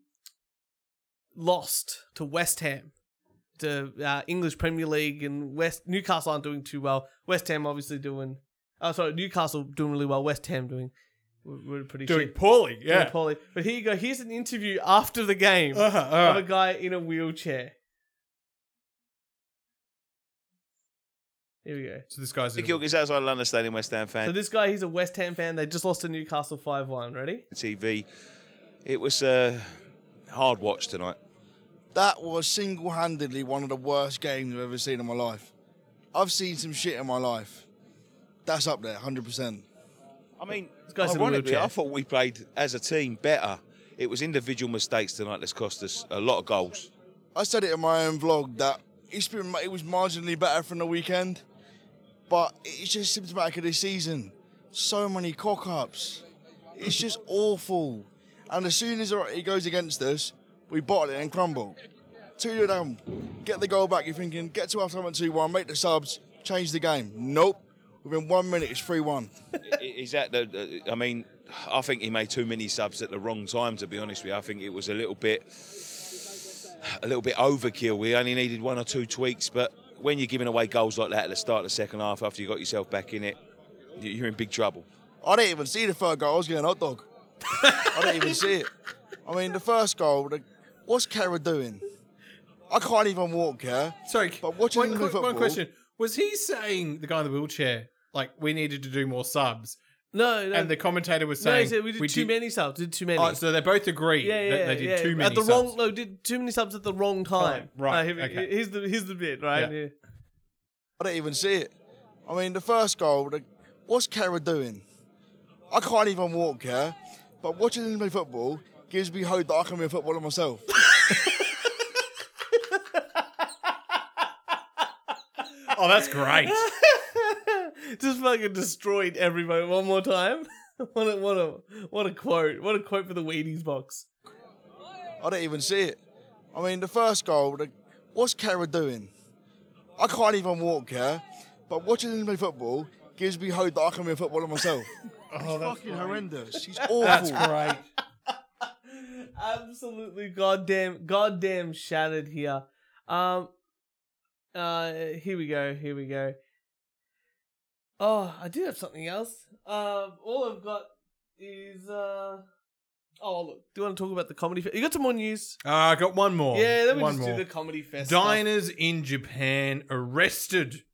Speaker 4: lost to West Ham, to uh, English Premier League, and West Newcastle aren't doing too well. West Ham obviously doing. Oh, sorry, Newcastle doing really well. West Ham doing. We're pretty
Speaker 6: Doing
Speaker 4: shit.
Speaker 6: poorly.
Speaker 4: Doing
Speaker 6: Yeah.
Speaker 4: poorly. But here you go. Here's an interview after the game
Speaker 6: Uh-huh,
Speaker 4: of a
Speaker 6: uh-huh.
Speaker 4: guy in a wheelchair. Here we go.
Speaker 6: So this guy's. in-
Speaker 11: Gilgis, as I understand, in West Ham
Speaker 4: So
Speaker 11: fan
Speaker 4: this guy, he's a West Ham fan. They just lost to Newcastle five one. Ready?
Speaker 11: TV, it was a hard watch tonight.
Speaker 12: That was single handedly one of the worst games I've ever seen in my life. I've seen some shit in my life. That's up there, 100%.
Speaker 11: I mean,
Speaker 4: guy's in a
Speaker 11: ironically,
Speaker 4: wheelchair.
Speaker 11: I thought we played as a team better. It was individual mistakes tonight that's cost us a lot of goals.
Speaker 12: I said it in my own vlog that it's been, it was marginally better from the weekend, but it's just symptomatic of this season. So many cock ups. It's just awful. And as soon as it goes against us, we bottle it and crumble. 2 0 down, get the goal back. You're thinking, get to half time at 2 1, make the subs, change the game. Nope. Within one minute, it's 3 1.
Speaker 11: I- Is that the? I mean, I think he made too many subs at the wrong time. To be honest with you, I think it was a little bit, a little bit overkill. We only needed one or two tweaks, but when you're giving away goals like that at the start of the second half, after you got yourself back in it, you- you're in big trouble.
Speaker 12: I didn't even see the third goal. I was getting hot dog. I didn't even see it. I mean, the first goal. The, what's Kara doing? I can't even walk, yeah.
Speaker 6: Sorry,
Speaker 12: but watching
Speaker 6: one,
Speaker 12: England
Speaker 6: qu- one
Speaker 12: football-
Speaker 6: question: Was he saying the guy in the wheelchair like we needed to do more subs?
Speaker 4: No, no.
Speaker 6: And the commentator was
Speaker 4: no,
Speaker 6: saying
Speaker 4: he said we did too many subs. Did too many.
Speaker 6: Oh, so they both agree
Speaker 4: yeah, yeah,
Speaker 6: that they did
Speaker 4: yeah.
Speaker 6: too many
Speaker 4: At the
Speaker 6: subs.
Speaker 4: wrong, no, did too many subs at the wrong time.
Speaker 6: Oh, right,
Speaker 4: Uh, here we-
Speaker 6: okay.
Speaker 4: Here's the here's the bit. Right.
Speaker 6: Yeah.
Speaker 4: Yeah.
Speaker 12: I didn't even see it. I mean, the first goal. The, what's Kara doing? I can't even walk, yeah. But watching him play football gives me hope that I can be a footballer myself.
Speaker 6: oh, that's great.
Speaker 4: Just fucking destroyed everybody one more time. what a what a what a quote. What a quote for the Wheaties box.
Speaker 12: I didn't even see it. I mean, the first goal. The, what's Kara doing? I can't even walk, yeah. But watching him play football gives me hope that I can be a footballer myself.
Speaker 6: oh, that's
Speaker 12: fucking
Speaker 6: great.
Speaker 12: horrendous. She's awful.
Speaker 6: That's great.
Speaker 4: Absolutely goddamn goddamn shattered here. Um uh here we go, here we go. Oh, I do have something else. Um all I've got is uh Oh look, do you want to talk about the comedy fe- You got some more news?
Speaker 6: Uh, I got one more.
Speaker 4: yeah, let me
Speaker 6: one
Speaker 4: just
Speaker 6: more.
Speaker 4: do the comedy fest. stuff.
Speaker 6: Diners in Japan arrested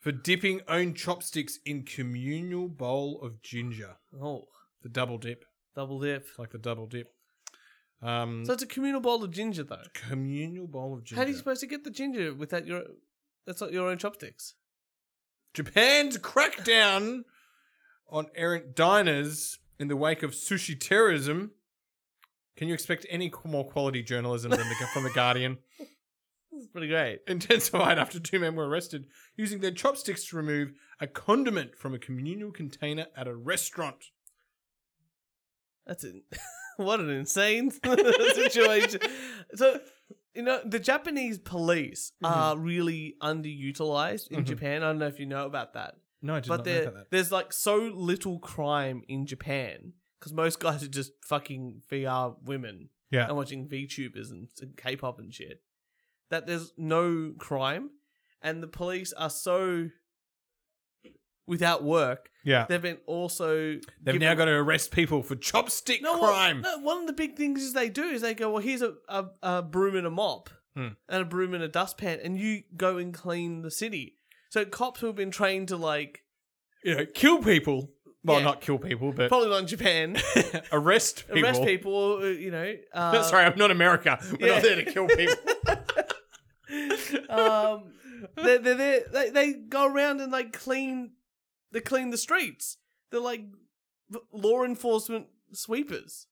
Speaker 6: for dipping own chopsticks in communal bowl of ginger.
Speaker 4: Oh,
Speaker 6: The double dip,
Speaker 4: double dip.
Speaker 6: It's like the double dip. Um,
Speaker 4: So it's a communal bowl of ginger though.
Speaker 6: communal bowl of ginger.
Speaker 4: How do you supposed to get the ginger without your that's not your own chopsticks?
Speaker 6: Japan's crackdown on errant diners in the wake of sushi terrorism. Can you expect any qu- more quality journalism than the, from The Guardian?
Speaker 4: It's pretty great.
Speaker 6: Intensified after two men were arrested using their chopsticks to remove a condiment from a communal container at a restaurant.
Speaker 4: That's it. what an insane situation. So, you know, the Japanese police
Speaker 6: Mm-hmm.
Speaker 4: are really underutilized in
Speaker 6: Mhm.
Speaker 4: Japan. I don't know if you know about that.
Speaker 6: No, I did
Speaker 4: but
Speaker 6: not know
Speaker 4: there-
Speaker 6: about that.
Speaker 4: there's like so little crime in Japan because most guys are just fucking VR women
Speaker 6: Yeah.
Speaker 4: and watching VTubers and, and K-pop and shit. That there's no crime, and the police are so without work.
Speaker 6: Yeah.
Speaker 4: they've been also
Speaker 6: They've
Speaker 4: given-
Speaker 6: now got to arrest people for chopstick
Speaker 4: no, what-
Speaker 6: crime.
Speaker 4: no, one of the big things is they do is they go, well, here's a, a, a broom and a mop
Speaker 6: Hmm.
Speaker 4: and a broom and a dustpan, and you go and clean the city. So cops who have been trained to like
Speaker 6: You know, kill people. Well,
Speaker 4: Yeah.
Speaker 6: not kill people, but
Speaker 4: probably not in Japan
Speaker 6: arrest people.
Speaker 4: arrest people, uh, you know. Uh,
Speaker 6: Sorry, I'm not America. We're
Speaker 4: yeah.
Speaker 6: not there to kill people.
Speaker 4: um, they're, they're, there- they they go around and like clean, they clean the streets. They're like v- law enforcement sweepers,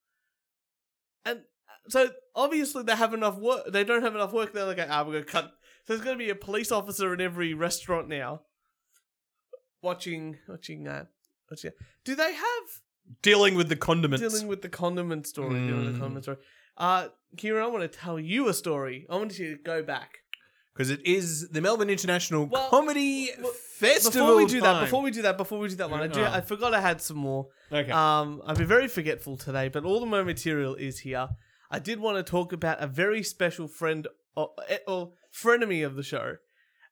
Speaker 4: and uh, so obviously they have enough work. They don't have enough work. They're like, ah, we're gonna cut. So there's gonna be a police officer in every restaurant now, watching, watching that. Watching. Do they have
Speaker 6: Dealing with the condiments.
Speaker 4: Dealing with the condiment story. Dealing with
Speaker 6: Mm.
Speaker 4: the condiment story. Uh, Kieran, I want to tell you a story. I want you to go back.
Speaker 6: Because it is the Melbourne International
Speaker 4: Well,
Speaker 6: Comedy
Speaker 4: well,
Speaker 6: Festival.
Speaker 4: Before we do that,
Speaker 6: time.
Speaker 4: before we do that, before we do that one, I do.
Speaker 6: Yeah.
Speaker 4: I forgot I had some more.
Speaker 6: Okay.
Speaker 4: Um, I've been very forgetful today, but all the my material is here. I did want to talk about a very special friend or, eh, or frenemy of the show,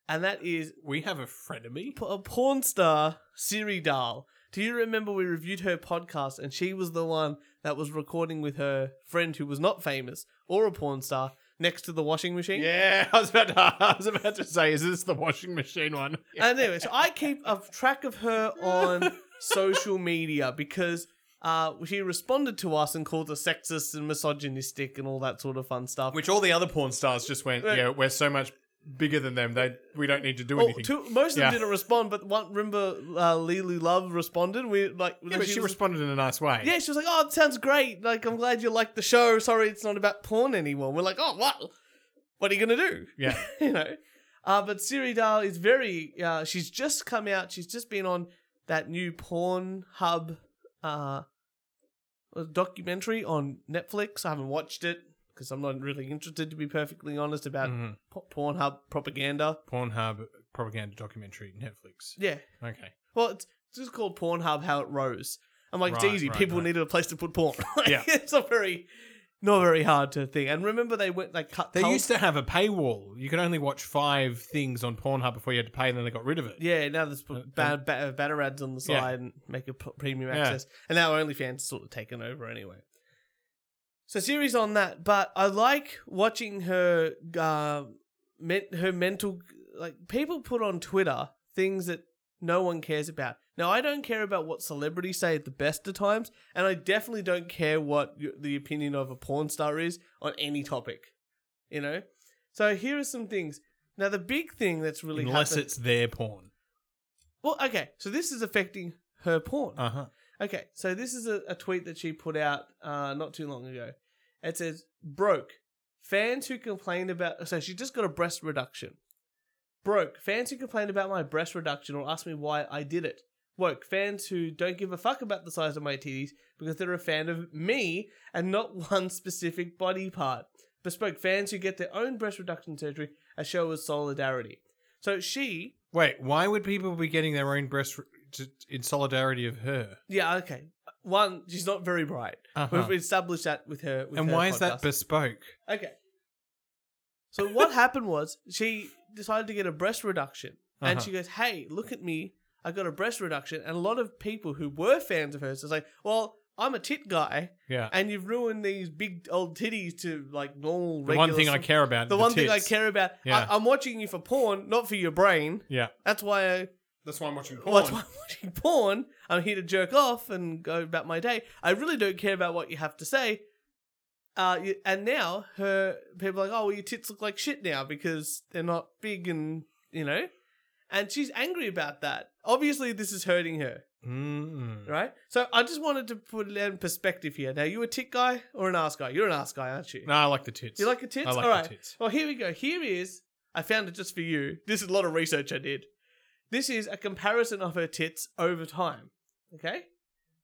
Speaker 4: and that is
Speaker 6: we have a frenemy,
Speaker 4: a porn star, Siri Dahl. Do you remember we reviewed her podcast, and she was the one that was recording with her friend who was not famous or a porn star next to the washing machine?
Speaker 6: Yeah, I was about to, I was about to say, is this the washing machine one?
Speaker 4: And anyway, so I keep a track of her on social media because uh, she responded to us and called us sexist and misogynistic and all that sort of fun stuff.
Speaker 6: Which all the other porn stars just went,
Speaker 4: Uh,
Speaker 6: yeah, we're so much bigger than them. They we don't need to do
Speaker 4: Well,
Speaker 6: anything.
Speaker 4: Oh, two, most of
Speaker 6: Yeah.
Speaker 4: them didn't respond, but one remember uh, Lily Love responded. We like
Speaker 6: Yeah, but she, responded in a nice way.
Speaker 4: Yeah, she was like, "Oh, it sounds great. Like, I'm glad you like the show. Sorry, it's not about porn anymore." We're like, "Oh, what? What are you gonna do?"
Speaker 6: Yeah.
Speaker 4: you know. Uh, but Siri Dahl is very. Uh, she's just come out. She's just been on that new Pornhub uh, documentary on Netflix. I haven't watched it because I'm not really interested, to be perfectly honest, about
Speaker 6: Mhm.
Speaker 4: po- Pornhub propaganda.
Speaker 6: Pornhub propaganda documentary Netflix.
Speaker 4: Yeah.
Speaker 6: Okay.
Speaker 4: Well, it's it's just called Pornhub How It Rose. I'm like,
Speaker 6: Right,
Speaker 4: it's easy.
Speaker 6: right,
Speaker 4: People
Speaker 6: right.
Speaker 4: needed a place to put porn. Like,
Speaker 6: Yeah.
Speaker 4: it's not very, not very hard to think. And remember, they went they cut.
Speaker 6: They
Speaker 4: cult-
Speaker 6: used to have a paywall. You could only watch five things on Pornhub before you had to pay, and then they got rid of it.
Speaker 4: Yeah, now there's put bad, bad, banner ads on the
Speaker 6: Uh, Yeah.
Speaker 4: side and make a p- premium
Speaker 6: Yeah.
Speaker 4: access. And now OnlyFans sort of taken over anyway. So series on that, but I like watching her, uh, men- her mental. Like people put on Twitter things that no one cares about. Now I don't care about what celebrities say at the best of times, and I definitely don't care what y- the opinion of a porn star is on any topic. You know, so here are some things. Now the big thing that's really
Speaker 6: Unless
Speaker 4: happened-
Speaker 6: it's their porn.
Speaker 4: well, okay, so this is affecting her porn.
Speaker 6: Uh huh.
Speaker 4: Okay, so this is a, a tweet that she put out uh, not too long ago. It says, Broke. Fans who complained about. So she just got a breast reduction. Broke. Fans who complained about my breast reduction or asked me why I did it. Woke. Fans who don't give a fuck about the size of my titties because they're a fan of me and not one specific body part. Bespoke. Fans who get their own breast reduction surgery, a show of solidarity. So she
Speaker 6: Wait, why would people be getting their own breast re- to, in solidarity of her?
Speaker 4: Yeah, okay. One, she's not very bright.
Speaker 6: Uh-huh.
Speaker 4: We've established that with her. With
Speaker 6: and
Speaker 4: her
Speaker 6: why is that
Speaker 4: podcast.
Speaker 6: bespoke?
Speaker 4: okay. So what happened was she decided to get a breast reduction, and
Speaker 6: Uh-huh.
Speaker 4: she goes, "Hey, look at me! I got a breast reduction." And a lot of people who were fans of hers is like, "Well, I'm a tit guy,
Speaker 6: Yeah.
Speaker 4: and you've ruined these big old titties to like normal."
Speaker 6: The one
Speaker 4: regular
Speaker 6: thing I
Speaker 4: sm-
Speaker 6: care about.
Speaker 4: The, one thing I
Speaker 6: tits.
Speaker 4: care about.
Speaker 6: Yeah.
Speaker 4: I, I'm watching you for porn, not for your brain.
Speaker 6: Yeah.
Speaker 4: That's why I
Speaker 6: That's why I'm watching
Speaker 4: well, that's why I'm watching porn. I'm here to jerk off and go about my day. I really don't care about what you have to say. Uh, you- and now her people are like, oh, well, your tits look like shit now because they're not big and you know, and she's angry about that. Obviously, this is hurting her. right? So I just wanted to put it in perspective here. Now, you a tit guy or an ass guy? You're an ass guy, aren't you?
Speaker 6: No, I like the tits.
Speaker 4: You like a tits?
Speaker 6: I like
Speaker 4: All
Speaker 6: the
Speaker 4: right.
Speaker 6: tits.
Speaker 4: Well, here we go. Here is I found it just for you. This is a lot of research I did. This is a comparison of her tits over time. Okay,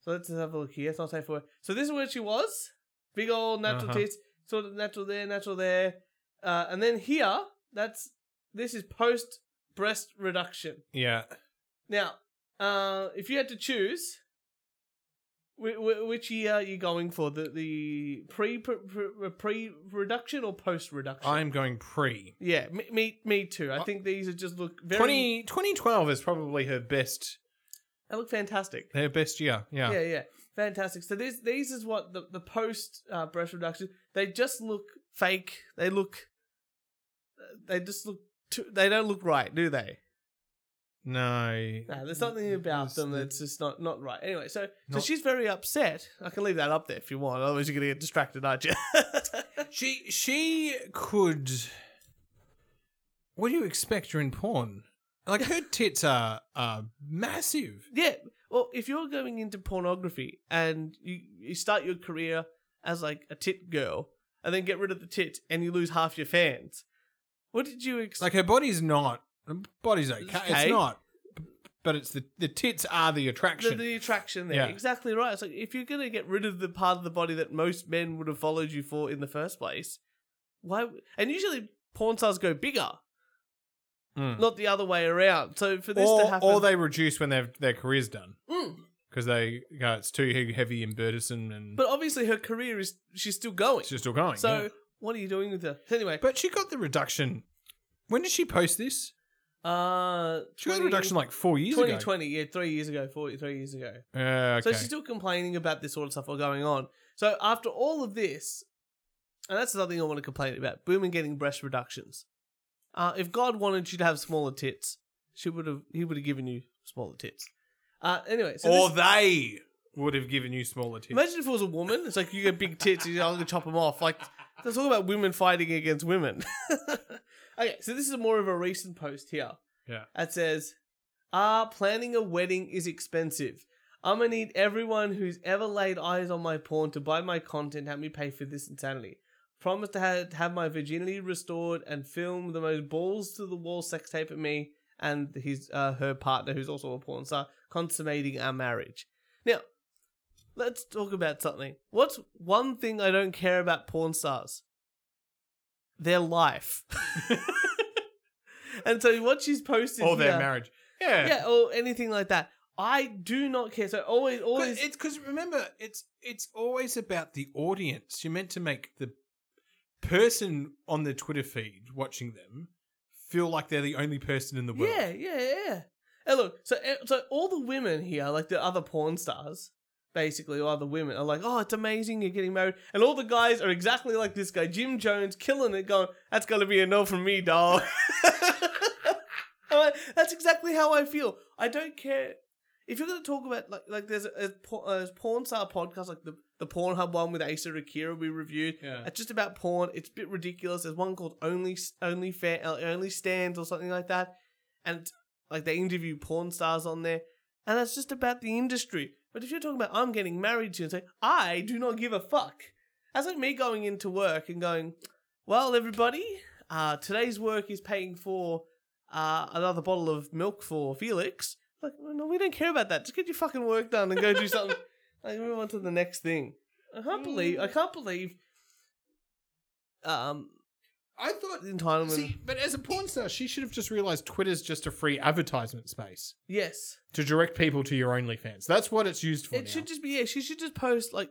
Speaker 4: so let's have a look here. It's not safe for. So this is where she was. Big old natural
Speaker 6: Uh-huh.
Speaker 4: tits, sort of natural there, natural there, uh, and then here. That's this is post breast reduction.
Speaker 6: Yeah.
Speaker 4: Now, uh, if you had to choose, wh- wh- which year are you going for? The the pre pre reduction or post reduction?
Speaker 6: I'm going pre.
Speaker 4: Yeah, me, me me too. I think these are just look very.
Speaker 6: 20, 2012 is probably her best
Speaker 4: They look fantastic.
Speaker 6: her best year. Yeah.
Speaker 4: yeah, fantastic. So these these is what the the post uh, breast reduction. They just look fake. They look. They just look. Too, they don't look right, do they?
Speaker 6: No.
Speaker 4: No, there's something about them that's just not, not right. Anyway, so so
Speaker 6: Not-
Speaker 4: she's very upset. I can leave that up there if you want. Otherwise, you're going to get distracted, aren't you?
Speaker 6: she she could. What do you expect? You're in porn. Like her tits are are massive.
Speaker 4: yeah. Well, if you're going into pornography and you, you start your career as like a tit girl and then get rid of the tit and you lose half your fans, what did you expect?
Speaker 6: Like her body's not. Her body's okay.
Speaker 4: Okay.
Speaker 6: It's not. But it's the the tits are the
Speaker 4: the,
Speaker 6: attraction.
Speaker 4: the attraction there.
Speaker 6: Yeah.
Speaker 4: Exactly right. It's like if you're going to get rid of the part of the body that most men would have followed you for in the first place, why? w- And usually porn stars go bigger,
Speaker 6: Mm.
Speaker 4: not the other way around. So for this
Speaker 6: or,
Speaker 4: to happen,
Speaker 6: or they reduce when their their career's done
Speaker 4: Mm.
Speaker 6: because they go it's too he- heavy in burdensome and
Speaker 4: But obviously, her career is she's still going.
Speaker 6: she's still going.
Speaker 4: so
Speaker 6: yeah.
Speaker 4: what are you doing with her? Anyway,
Speaker 6: but she got the reduction. When did she post this?
Speaker 4: uh,
Speaker 6: She got the reduction like four years
Speaker 4: twenty
Speaker 6: ago.
Speaker 4: twenty, yeah, three years ago, forty three years ago.
Speaker 6: Yeah, okay.
Speaker 4: So she's still complaining about this sort of stuff all going on. So after all of this, and that's another thing I want to complain about: women getting breast reductions. Uh, if God wanted you to have smaller tits, she would have. He would have given you smaller tits. Uh, anyway, so
Speaker 6: or
Speaker 4: this-
Speaker 6: they would have given you smaller tits.
Speaker 4: Imagine if it was a woman. It's like you get big tits. You know, I'm gonna chop them off. Like that's all about women fighting against women. okay, so this is more of a recent post here.
Speaker 6: Yeah.
Speaker 4: That says, "Ah, planning a wedding is expensive. I'm gonna need everyone who's ever laid eyes on my porn to buy my content. Help me pay for this insanity. Promise to have, have my virginity restored and film the most balls to the wall sex tape at me and his uh, her partner, who's also a porn star, consummating our marriage." Now, Let's talk about something. What's one thing I don't care about porn stars? Their life. and so what she's posted
Speaker 6: or their
Speaker 4: here-
Speaker 6: marriage. Yeah.
Speaker 4: Yeah, or anything like that. I do not care. So always always
Speaker 6: But it's because remember, it's it's always about the audience. You're meant to make the person on the Twitter feed watching them feel like they're the only person in the world.
Speaker 4: Yeah, yeah, yeah. And look, so eh, so all the women here, like the other porn stars, basically, or other women, are like, "Oh, it's amazing you're getting married," and all the guys are exactly like this guy, Jim Jones, killing it, going, "That's gonna be a no from me, dog." That's exactly how I feel. I don't care if you're gonna talk about like like there's a, a, por- a porn star podcast like the the Pornhub one with Asa Akira we reviewed.
Speaker 6: Yeah.
Speaker 4: It's just about porn. It's a bit ridiculous. There's one called Only Only Fan Only Stands or something like that and like they interview porn stars on there, and that's just about the industry. But if you're talking about I'm getting married to, and say I do not give a fuck. That's like me going into work and going, well, everybody, uh, today's work is paying for uh, another bottle of milk for Felix. Like, well, no, we don't care about that. Just get your fucking work done and go do something. like, move on to the next thing. I can't believe. I can't believe. Um,
Speaker 6: I thought
Speaker 4: entitlement.
Speaker 6: See, but as a porn star, she should have just realized Twitter's just a free advertisement space
Speaker 4: yes.
Speaker 6: to direct people to your OnlyFans. That's what it's used for.
Speaker 4: It should just be yeah. She should just post like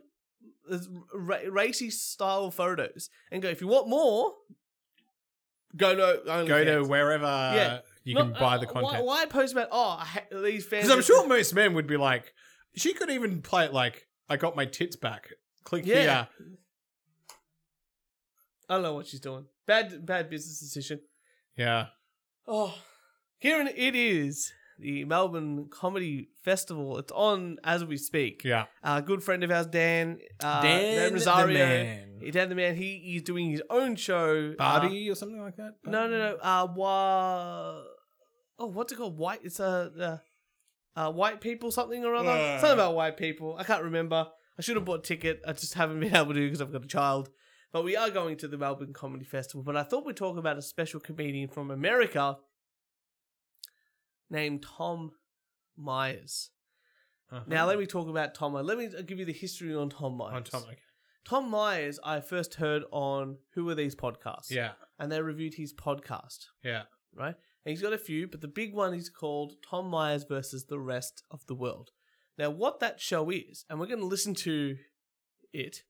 Speaker 4: this ra- racy style photos and go. If you want more, go to OnlyFans.
Speaker 6: Go to wherever you can
Speaker 4: Not-
Speaker 6: buy the
Speaker 4: uh,
Speaker 6: content.
Speaker 4: Why, why post about oh I ha- these fans?
Speaker 6: Because I'm sure most men would be like, she could even play it like, I got my tits back. Click
Speaker 4: Yeah.
Speaker 6: here.
Speaker 4: I don't know what she's doing. Bad bad business decision.
Speaker 6: Yeah.
Speaker 4: Oh, Kieran, it is the Melbourne Comedy Festival. It's on as we speak.
Speaker 6: Yeah.
Speaker 4: A good friend of ours, Dan. Uh,
Speaker 6: Dan the
Speaker 4: Rosario.
Speaker 6: man.
Speaker 4: Dan the man. He is doing his own show. uh,
Speaker 6: Barbie or something like that?
Speaker 4: Um, No, no, no. Uh, wa- oh, what's it called? White. It's a. Uh, uh, white people something or other.
Speaker 5: Uh.
Speaker 4: Something about white people. I can't remember. I should have bought a ticket. I just haven't been able to because I've got a child. But we are going to the Melbourne Comedy Festival. But I thought we'd talk about a special comedian from America named Tom Myers. Now let me talk about Tom. Myers. Let me give you the history on Tom Myers. On Tom, Tom Myers, I first heard on Who Are These Podcasts?
Speaker 6: Yeah.
Speaker 4: and they reviewed his podcast.
Speaker 6: Yeah.
Speaker 4: right. And he's got a few, but the big one is called Tom Myers versus the rest of the world. Now, what that show is, and we're going to listen to it,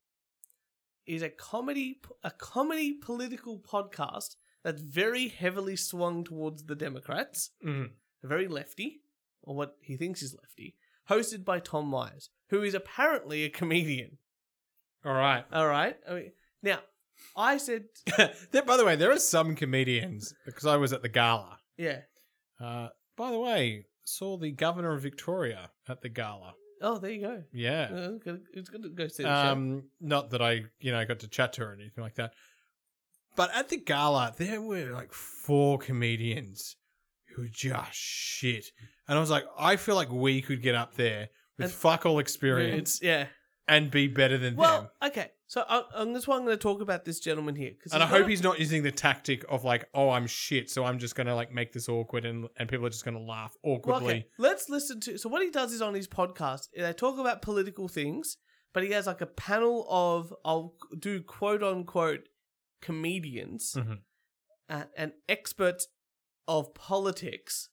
Speaker 4: is a comedy, a comedy political podcast that's very heavily swung towards the Democrats
Speaker 6: Mhm.
Speaker 4: very lefty, or what he thinks is lefty, hosted by Tom Myers, who is apparently a comedian.
Speaker 6: All right.
Speaker 4: All right. I mean, now, I said,
Speaker 6: there, by the way, there are some comedians because I was at the gala.
Speaker 4: yeah.
Speaker 6: Uh, by the way, saw the governor of Victoria at the gala.
Speaker 4: Oh, there you go.
Speaker 6: Yeah.
Speaker 4: Uh, it's good- It's good to go see the show.
Speaker 6: Um, not that I, you know, got to chat to her or anything like that. But at the gala, there were like four comedians who were just shit, and I was like, I feel like we could get up there with
Speaker 4: And-
Speaker 6: fuck all experience,
Speaker 4: It's- yeah.
Speaker 6: and be better than them.
Speaker 4: Well, okay. So uh, I, I'm, that's why I'm going to talk about this gentleman here. 'cause
Speaker 6: And I
Speaker 4: he's
Speaker 6: hope
Speaker 4: got a-
Speaker 6: he's not using the tactic of like, oh, I'm shit, so I'm just gonna like make this awkward, and and people are just gonna laugh awkwardly.
Speaker 4: Well, okay. Let's listen to. So what he does is on his podcast, they talk about political things, but he has like a panel of I'll do quote unquote comedians
Speaker 6: Mhm.
Speaker 4: uh, and experts of politics,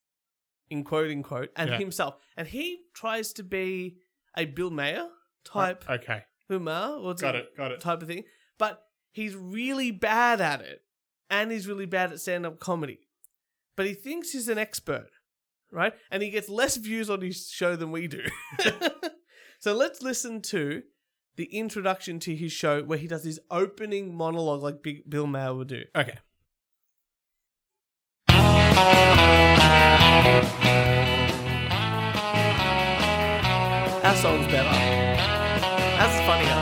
Speaker 4: in quote unquote, and
Speaker 6: Yeah.
Speaker 4: himself, and he tries to be a Bill Mayer type
Speaker 6: Okay.
Speaker 4: Umar, what's
Speaker 6: Got it, got it.
Speaker 4: type of thing. But he's really bad at it, and he's really bad at stand-up comedy. But he thinks he's an expert, right? And he gets less views on his show than we do. so let's listen to the introduction to his show where he does his opening monologue like Big Bill Maher would do.
Speaker 6: Okay.
Speaker 4: That song's better. That's funnier.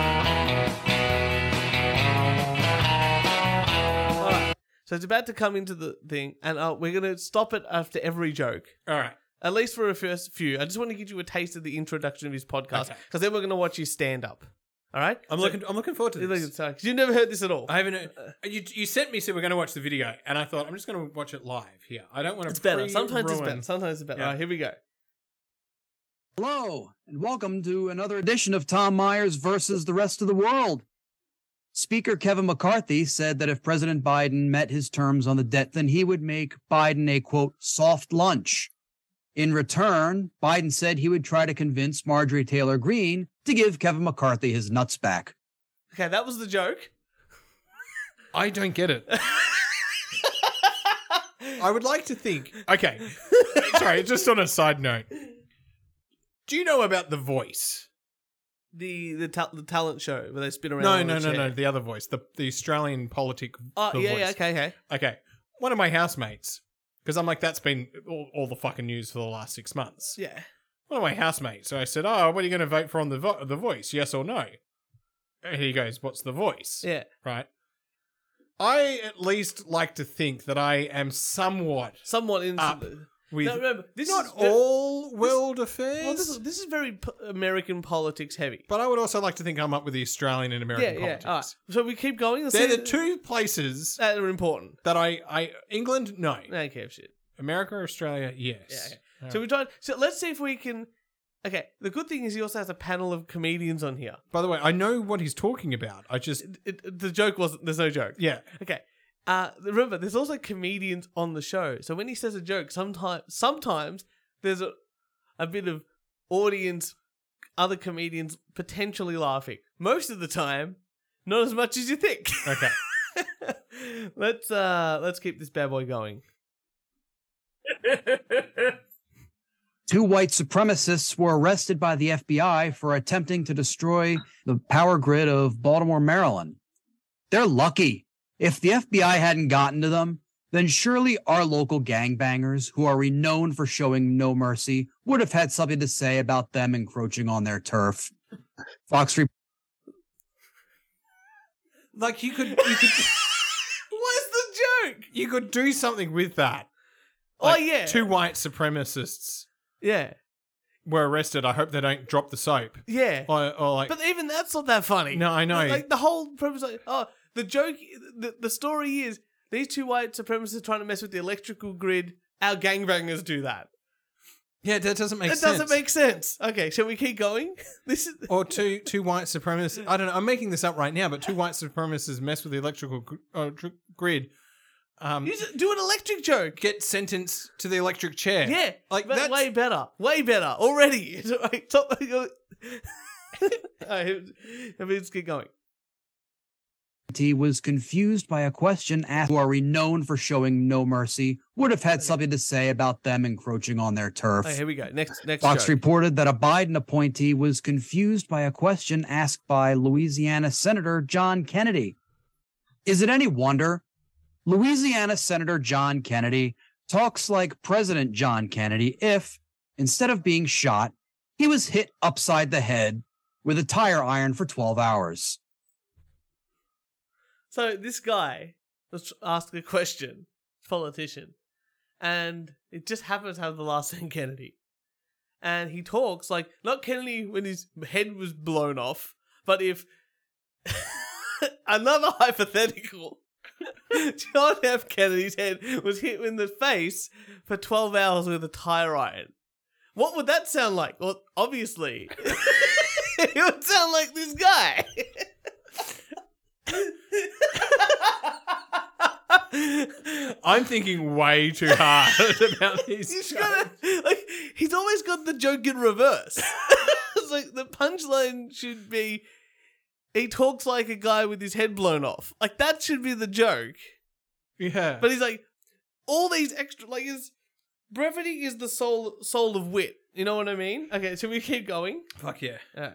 Speaker 4: Alright. So it's about to come into the thing, and uh, we're going to stop it after every joke.
Speaker 6: All right.
Speaker 4: At least for a first few. I just want to give you a taste of the introduction of his podcast, because
Speaker 6: Okay.
Speaker 4: then we're going to watch his stand up. All right?
Speaker 6: I'm
Speaker 4: So-
Speaker 6: looking. I'm looking forward to
Speaker 4: You're
Speaker 6: this.
Speaker 4: looking- sorry, 'cause You've never heard this at all.
Speaker 6: I haven't. uh, You you sent me said we're going to watch the video, and I thought I'm just going to watch it live here. I don't want to.
Speaker 4: It's better. Sometimes it's better. Sometimes it's better.
Speaker 6: Yeah.
Speaker 4: All right, here we go.
Speaker 13: Hello, and welcome to another edition of Tom Myers versus the rest of the world. Speaker Kevin McCarthy said that if President Biden met his terms on the debt, then he would make Biden a quote, soft lunch. In return, Biden said he would try to convince Marjorie Taylor Greene to give Kevin McCarthy his nuts back.
Speaker 4: Okay, that was the joke.
Speaker 6: I don't get it. I would like to think. Okay. Sorry, just on a side note. Do you know about the voice?
Speaker 4: The the, ta- the talent show where they spin around.
Speaker 6: No,
Speaker 4: on
Speaker 6: no,
Speaker 4: a
Speaker 6: no,
Speaker 4: chair.
Speaker 6: no. The other voice, the the Australian politic.
Speaker 4: Oh,
Speaker 6: the
Speaker 4: yeah, yeah,
Speaker 6: voice.
Speaker 4: okay, okay.
Speaker 6: Okay. One of my housemates, because I'm like, that's been all, all the fucking news for the last six months.
Speaker 4: Yeah.
Speaker 6: One of my housemates. So I said, oh, what are you going to vote for on the vo- the voice? Yes or no? And he goes, what's the voice?
Speaker 4: Yeah.
Speaker 6: Right. I at least like to think that I am somewhat,
Speaker 4: somewhat in
Speaker 6: up with
Speaker 4: Now, remember, this
Speaker 6: Ah, not
Speaker 4: is ve-
Speaker 6: all world affairs.
Speaker 4: Well, this is, this is very p- American politics heavy.
Speaker 6: but I would also like to think I'm up with the Australian and American
Speaker 4: yeah,
Speaker 6: politics.
Speaker 4: yeah. All right. So we keep going.
Speaker 6: They're the two places
Speaker 4: that are important.
Speaker 6: That I, I England, no. I
Speaker 4: don't give a shit.
Speaker 6: America, Australia, yes.
Speaker 4: Yeah. okay.
Speaker 6: All
Speaker 4: So
Speaker 6: right.
Speaker 4: we tried. So let's see if we can. Okay. The good thing is he also has a panel of comedians on here.
Speaker 6: By the way, I know what he's talking about. I just
Speaker 4: it, the joke wasn't. There's no joke.
Speaker 6: Yeah.
Speaker 4: Okay. Uh, remember, there's also comedians on the show. So when he says a joke, sometimes sometimes there's a a bit of audience, other comedians potentially laughing. Most of the time, not as much as you think.
Speaker 6: Okay.
Speaker 4: let's uh let's keep this bad boy going.
Speaker 13: Two white supremacists were arrested by the FBI for attempting to destroy the power grid of Baltimore, Maryland. They're lucky. If the FBI hadn't gotten to them, then surely our local gangbangers, who are renowned for showing no mercy, would have had something to say about them encroaching on their turf. Fox Re-
Speaker 6: Like you could, you could.
Speaker 4: What's the joke?
Speaker 6: You could do something with that.
Speaker 4: oh yeah,
Speaker 6: Two white supremacists.
Speaker 4: yeah.
Speaker 6: were arrested, I hope they don't drop the soap.
Speaker 4: Yeah.
Speaker 6: Or, or like,
Speaker 4: but even that's not that funny.
Speaker 6: No, I know.
Speaker 4: Like the whole premise, like, oh, the joke, the, the story is these two white supremacists trying to mess with the electrical grid. Our gangbangers do that.
Speaker 6: yeah, that doesn't make
Speaker 4: That
Speaker 6: sense.
Speaker 4: doesn't make sense. Okay, shall we keep going? this is
Speaker 6: or two two white supremacists. I don't know. I'm making this up right now, but two white supremacists mess with the electrical gr- uh, tr- grid. Um,
Speaker 4: You just do an electric joke.
Speaker 6: Get sentenced to the electric chair.
Speaker 4: Yeah,
Speaker 6: like
Speaker 4: but
Speaker 6: that's
Speaker 4: way better, way better already. It's like, top- I mean, let's keep going.
Speaker 13: He was confused by a question asked, who are renowned for showing no mercy, would have had something to say about them encroaching on their turf.
Speaker 4: Okay, here we go. Next, next
Speaker 13: Fox
Speaker 4: joke.
Speaker 13: reported that a Biden appointee was confused by a question asked by Louisiana Senator John Kennedy. Is it any wonder? Louisiana Senator John Kennedy talks like President John Kennedy if, instead of being shot, he was hit upside the head with a tire iron for 12 hours.
Speaker 4: So this guy was asked a question, politician, and it just happens to have the last name Kennedy. And he talks like not Kennedy when his head was blown off, but if another hypothetical John F. Kennedy's head was hit in the face for twelve hours with a tire iron. What would that sound like? Well, obviously, it would sound like this guy.
Speaker 6: I'm thinking way too hard about these.
Speaker 4: he's got a, like he's always got the joke in reverse. it's like the punchline should be he talks like a guy with his head blown off. Like that should be the joke.
Speaker 6: Yeah.
Speaker 4: But he's like all these extra like his brevity is the soul soul of wit. You know what I mean? Okay, so we keep going.
Speaker 6: Fuck yeah.
Speaker 4: Alright.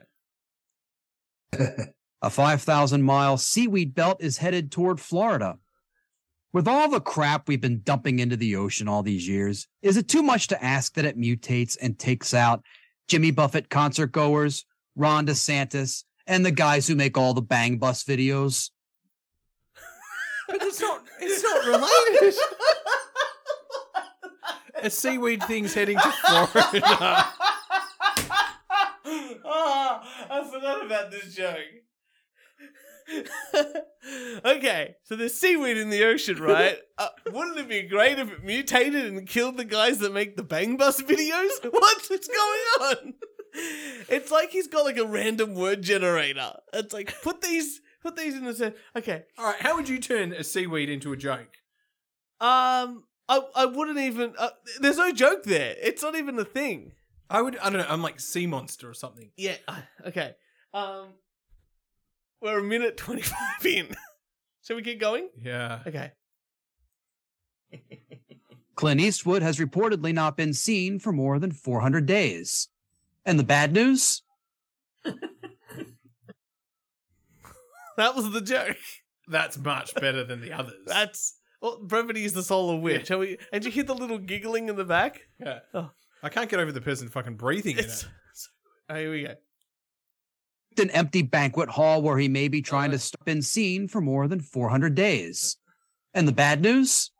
Speaker 13: A 5,000 mile seaweed belt is headed toward Florida. With all the crap we've been dumping into the ocean all these years, is it too much to ask that it mutates and takes out Jimmy Buffett concert goers, Ron DeSantis, and the guys who make all the Bang Bus videos?
Speaker 6: But it's not. It's not related. a seaweed thing's heading to Florida.
Speaker 4: oh, I forgot about this joke. okay, so there's seaweed in the ocean, right? Uh, wouldn't it be great if it mutated and killed the guys that make the Bang Bus videos? What's what's going on? It's like he's got like a random word generator. It's like put these put these in the sen- okay.
Speaker 6: All right. How would you turn a seaweed into a joke?
Speaker 4: Um, I I wouldn't even. Uh, there's no joke there. It's not even a thing.
Speaker 6: I would. I don't know. I'm like sea monster or something.
Speaker 4: Yeah. uh, Okay. Um, we're a minute twenty-five in. Shall we keep going?
Speaker 6: Yeah.
Speaker 4: Okay.
Speaker 13: Clint Eastwood has reportedly not been seen for more than 400 days. And the bad news?
Speaker 4: That was the joke.
Speaker 6: That's much better than the others.
Speaker 4: That's well, brevity is the soul of wit. Shall we? And you hear the little giggling in the back?
Speaker 6: Yeah.
Speaker 4: Oh.
Speaker 6: I can't get over the person fucking breathing in
Speaker 4: It's,
Speaker 6: it.
Speaker 4: oh, here we go.
Speaker 13: An empty banquet hall where he may be trying to stop been seen for more than 400 days. And the bad news?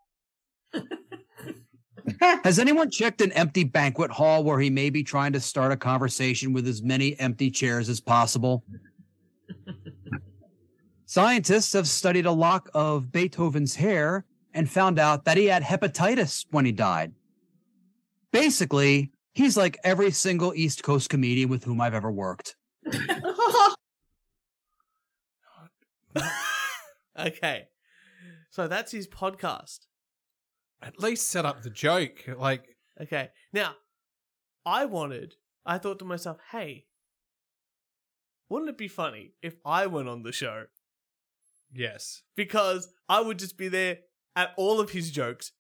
Speaker 13: Has anyone checked an empty banquet hall where he may be trying to start a conversation with as many empty chairs as possible? Scientists have studied a lock of Beethoven's hair and found out that he had hepatitis when he died. Basically, he's like every single East Coast comedian with whom I've ever worked.
Speaker 4: Okay. So that's his podcast.
Speaker 6: At least set up the joke. Like,
Speaker 4: Okay. Now, I wanted, I thought to myself, hey, wouldn't it be funny if I went on the show?
Speaker 6: yes.
Speaker 4: Because I would just be there at all of his jokes,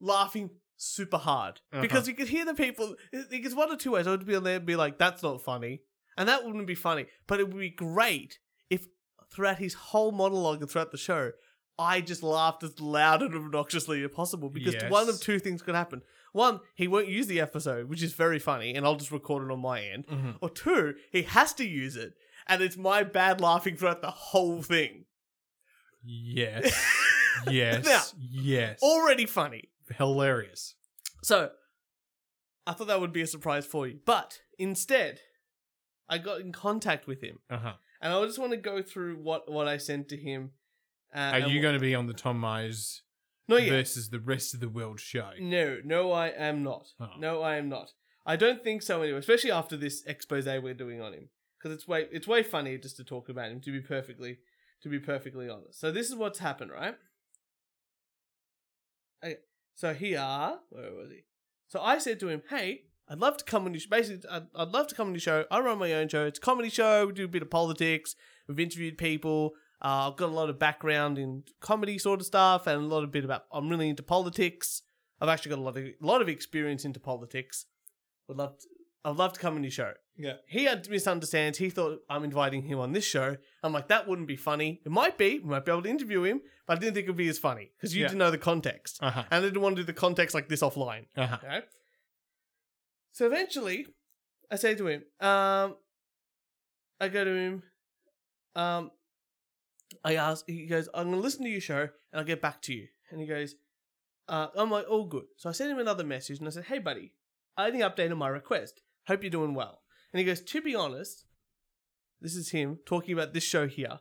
Speaker 4: laughing super hard. Because
Speaker 6: Uh-huh.
Speaker 4: you could hear the people, because one or two ways I would be on there and be like, that's not funny. And that wouldn't be funny. But it would be great if throughout his whole monologue and throughout the show, I just laughed as loud and obnoxiously as possible because
Speaker 6: Yes.
Speaker 4: one of two things could happen. One, he won't use the episode, which is very funny, and I'll just record it on my end.
Speaker 6: Mhm.
Speaker 4: Or two, he has to use it, and it's my bad laughing throughout the whole thing.
Speaker 6: Yes. yes.
Speaker 4: Now-
Speaker 6: yes.
Speaker 4: Already funny.
Speaker 6: Hilarious.
Speaker 4: So I thought that would be a surprise for you. But instead, I got in contact with him.
Speaker 6: Uh huh.
Speaker 4: And I just want to go through what, what I sent to him. Uh,
Speaker 6: Are you going to be on the Tom Myers Oh,
Speaker 4: Not yet.
Speaker 6: versus the rest of the world show?
Speaker 4: No, no, I am not. No, I am not. I don't think so anyway. Especially after this expose we're doing on him, because it's way it's way funnier just to talk about him. To be perfectly, to be perfectly honest. So this is what's happened, right? Okay. So here, where was he? So I said to him, "Hey, I'd love to come on your sh- basically. I'd, I'd love to come on your show. I run my own show. It's a comedy show. We do a bit of politics. We've interviewed people. Uh, I've got a lot of background in comedy sort of stuff, and a lot of bit about. I'm really into politics. I've actually got a lot of lot of experience into politics. Would love. To, I'd love to come on your show.
Speaker 6: Yeah.
Speaker 4: He had misunderstands. He thought I'm inviting him on this show. I'm like, that wouldn't be funny. It might be. We might be able to interview him, but I didn't think it'd be as funny because you
Speaker 6: Yeah.
Speaker 4: didn't know the context,
Speaker 6: Uh huh.
Speaker 4: and I didn't want to do the context like this offline.
Speaker 6: Uh huh.
Speaker 4: Okay. So eventually, I say to him, um, I go to him, um, I ask, he goes, I'm going to listen to your show and I'll get back to you. And he goes, uh, I'm like, all good. So I sent him another message and I said, hey, buddy, I only updated my request. Hope you're doing well. And he goes, to be honest, this is him talking about this show here.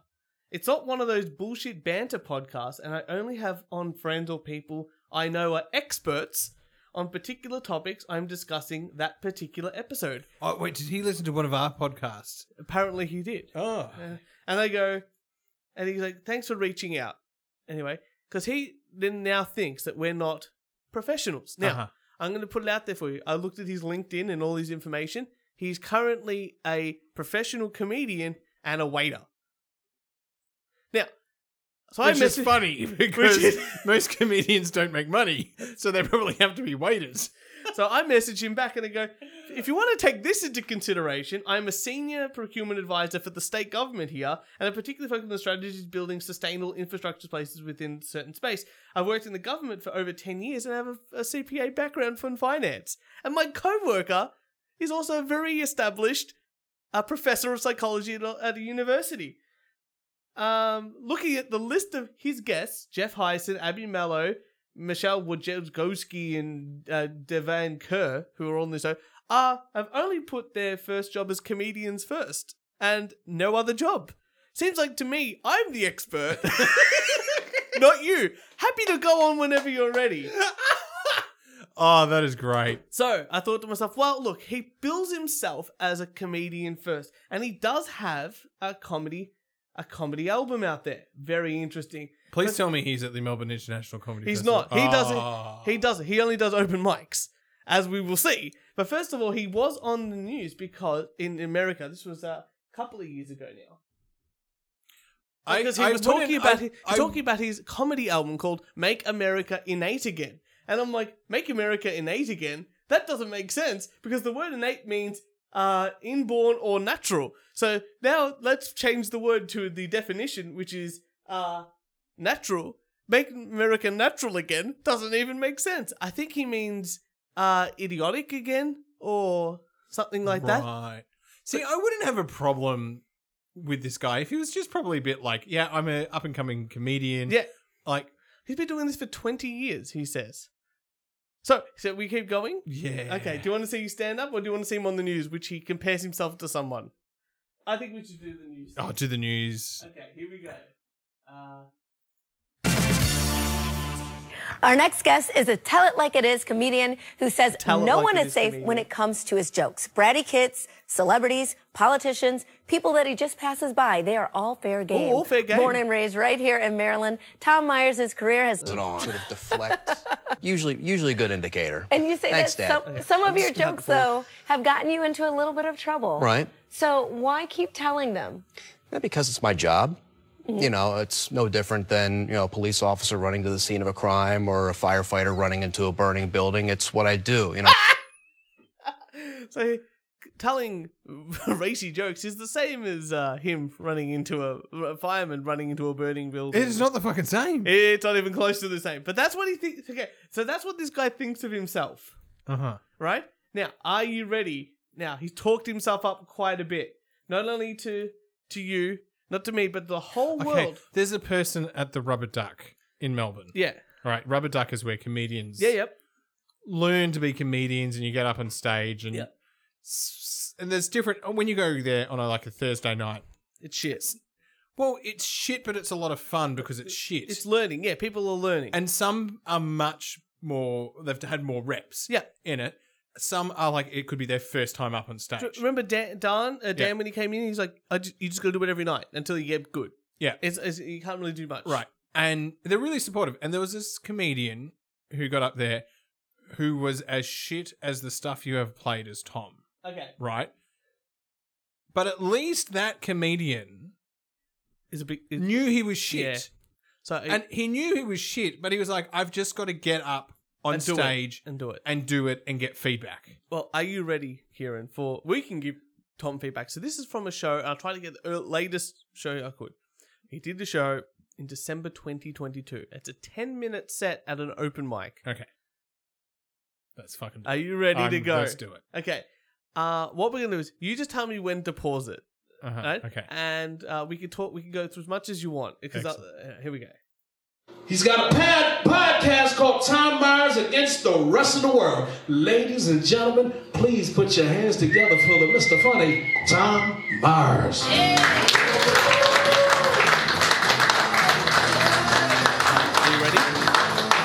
Speaker 4: It's not one of those bullshit banter podcasts, and I only have on friends or people I know are experts on particular topics I'm discussing that particular episode.
Speaker 6: Oh wait, did he listen to one of our podcasts?
Speaker 4: Apparently, he did.
Speaker 6: Oh,
Speaker 4: Yeah. And I go, and he's like, thanks for reaching out. Anyway, because he then now thinks that we're not professionals. Now,
Speaker 6: Uh-huh.
Speaker 4: I'm going to put it out there for you. I looked at his LinkedIn and all his information. He's currently a professional comedian and a waiter. Now, so
Speaker 6: which
Speaker 4: I
Speaker 6: is
Speaker 4: messaged-
Speaker 6: funny
Speaker 4: which
Speaker 6: because
Speaker 4: is-
Speaker 6: most comedians don't make money, so they probably have to be waiters.
Speaker 4: So I message him back and I go, if you want to take this into consideration, I'm a senior procurement advisor for the state government here, and I particularly focus on strategies building sustainable infrastructure places within certain space. I've worked in the government for over 10 years and I have a, a CPA background from finance. And my co-worker is also a very established a professor of psychology at a, at a university. Um, looking at the list of his guests, Jeff Heisen, Abby Mallow, Michelle Wojcicki, and uh, Devan Kerr, who are on this show, are have only put their first job as comedians first, and no other job. Seems like to me I'm the expert, not you. Happy to go on whenever you're ready.
Speaker 6: Oh, that is great.
Speaker 4: So I thought to myself, well, look, he bills himself as a comedian first, and he does have a comedy, a comedy album out there. Very interesting.
Speaker 6: Please tell me he's at the Melbourne International Comedy.
Speaker 4: He's
Speaker 6: Festival.
Speaker 4: not. He
Speaker 6: Oh.
Speaker 4: doesn't. He doesn't. He only does open mics, as we will see. But first of all, he was on the news because in America, this was uh, a couple of years ago now.
Speaker 6: I-
Speaker 4: Because he
Speaker 6: I
Speaker 4: was talking
Speaker 6: wouldn't-
Speaker 4: about
Speaker 6: I-
Speaker 4: his,
Speaker 6: I-
Speaker 4: talking about his comedy album called "Make America Innate Again," and I'm like, "Make America Innate Again." That doesn't make sense because the word innate means uh, inborn or natural. So now let's change the word to the definition, which is uh, natural. Make America natural again doesn't even make sense. I think he means uh, idiotic again or something like that.
Speaker 6: Right. See, I wouldn't have a problem with this guy if he was just probably a bit like, yeah, I'm a up and coming comedian.
Speaker 4: Yeah.
Speaker 6: Like,
Speaker 4: He's been doing this for 20 years, he says. So, so we keep going?
Speaker 6: yeah.
Speaker 4: Okay, do you want to see you stand up or do you want to see him on the news, which he compares himself to someone? I think we should do the news.
Speaker 6: Oh, do the news.
Speaker 4: Okay, here we go. Uh,
Speaker 14: Our next guest is a tell it like it is comedian who says
Speaker 4: Tell it
Speaker 14: no
Speaker 4: like
Speaker 14: one
Speaker 4: it
Speaker 14: is
Speaker 4: is
Speaker 14: safe
Speaker 4: comedian.
Speaker 14: when it comes to his jokes. Bratty kids, celebrities, politicians, people that he just passes by, they are all fair game.
Speaker 4: all fair game.
Speaker 14: Born and raised right here in Maryland, Tom Myers' career has.
Speaker 15: Sort of deflect. usually, usually a good indicator.
Speaker 14: And you say
Speaker 15: Thanks,
Speaker 14: that some,
Speaker 15: Dad.
Speaker 14: some of your
Speaker 15: It's not
Speaker 14: jokes,
Speaker 15: cool.
Speaker 14: though, have gotten you into a little bit of trouble.
Speaker 15: Right.
Speaker 14: So why keep telling them? Mm-hmm.
Speaker 15: Yeah, because it's my job. You know, it's no different than, you know, a police officer running to the scene of a crime or a firefighter running into a burning building. It's what I do, you know.
Speaker 4: so, telling racy jokes is the same as uh, him running into a, a fireman running into a burning building.
Speaker 6: It is not the fucking same.
Speaker 4: It's not even close to the same. But that's what he thinks. Okay, so that's what this guy thinks of himself,
Speaker 6: Uh huh.
Speaker 4: right? Now, are you ready? Now he's talked himself up quite a bit, not only to to you, not to me, but the whole
Speaker 6: Okay.
Speaker 4: world.
Speaker 6: There's a person at the Rubber Duck in Melbourne.
Speaker 4: Yeah,
Speaker 6: All right. Rubber Duck is where comedians
Speaker 4: yeah, yep.
Speaker 6: learn to be comedians and you get up on stage and s- and there's different when you go there on a, like a Thursday night.
Speaker 4: It's shit.
Speaker 6: Well, it's shit, but it's a lot of fun because it's shit. It's
Speaker 4: learning. Yeah, people are learning.
Speaker 6: And some are much more. They've had more reps.
Speaker 4: Yeah.
Speaker 6: In it, some are like it could be their first time up on stage.
Speaker 4: Do you Remember Dan? Dan, uh, Dan
Speaker 6: Yeah.
Speaker 4: when he came in, he's like, I ju- "You just got to do it every night until you get good."
Speaker 6: Yeah.
Speaker 4: it's, it's you can't really do much.
Speaker 6: Right. And they're really supportive. And there was this comedian who got up there who was as shit as the stuff you have played as Tom.
Speaker 4: Okay.
Speaker 6: Right. But at least that comedian
Speaker 4: is a big
Speaker 6: knew he was shit.
Speaker 4: Yeah. So
Speaker 6: and he knew he was shit, but he was like, I've just got to get up on
Speaker 4: And do it.
Speaker 6: stage
Speaker 4: and do it
Speaker 6: and do it and get feedback.
Speaker 4: Well, are you ready, Kieran? For we can give Tom feedback. So this is from a show. and I'll try to get the ear- latest show I could. He did the show in December 2022. It's a 10 minute set at an open mic.
Speaker 6: Okay. That's fucking.
Speaker 4: Are you ready to
Speaker 6: I'm-
Speaker 4: go?
Speaker 6: Let's do it.
Speaker 4: Okay. Uh, what we're gonna do is you just tell me when to pause it.
Speaker 6: Uh-huh,
Speaker 4: right?
Speaker 6: okay.
Speaker 4: And uh, we can talk. We can go through as much as you want. Because uh, here we go.
Speaker 16: He's got a pod- podcast called Tom Myers Against the Rest of the World. Ladies and gentlemen, please put your hands together for the Mr. Funny, Tom Myers.
Speaker 4: Are you ready?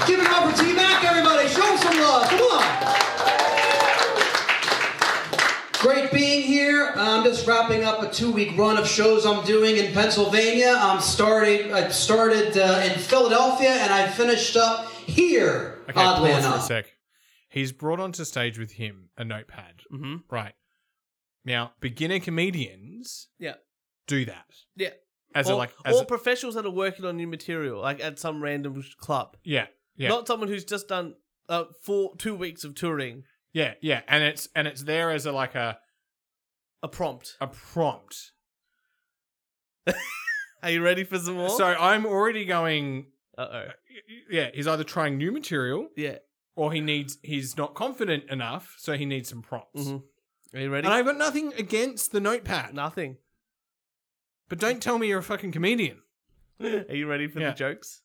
Speaker 17: Give it up for T Mac, everybody. Show him some love. Come on. Great being here. I'm just wrapping up a two-week run of shows I'm doing in Pennsylvania. I'm started. I started uh, in Philadelphia, and I finished up here.
Speaker 6: Okay,
Speaker 17: oddly
Speaker 6: pause for a
Speaker 17: enough.
Speaker 6: sec. He's brought onto stage with him a notepad.
Speaker 4: Mm-hmm.
Speaker 6: Right. Now, beginner comedians
Speaker 4: Yeah.
Speaker 6: do that.
Speaker 4: Yeah.
Speaker 6: As
Speaker 4: or,
Speaker 6: a like as
Speaker 4: or
Speaker 6: a-
Speaker 4: professionals that are working on new material, like at some random sh- club.
Speaker 6: yeah. Yeah.
Speaker 4: Not someone who's just done uh, four two weeks of touring.
Speaker 6: yeah, yeah, and it's and it's there as a like a
Speaker 4: a prompt.
Speaker 6: A prompt.
Speaker 4: Are you ready for some more?
Speaker 6: So I'm already going
Speaker 4: Uh oh.
Speaker 6: Yeah, he's either trying new material.
Speaker 4: Yeah.
Speaker 6: Or he needs he's not confident enough, so he needs some prompts. Mm-hmm.
Speaker 4: Are you ready?
Speaker 6: And I've got nothing against the notepad.
Speaker 4: Nothing.
Speaker 6: But don't tell me you're a fucking comedian.
Speaker 4: Are you ready for the jokes?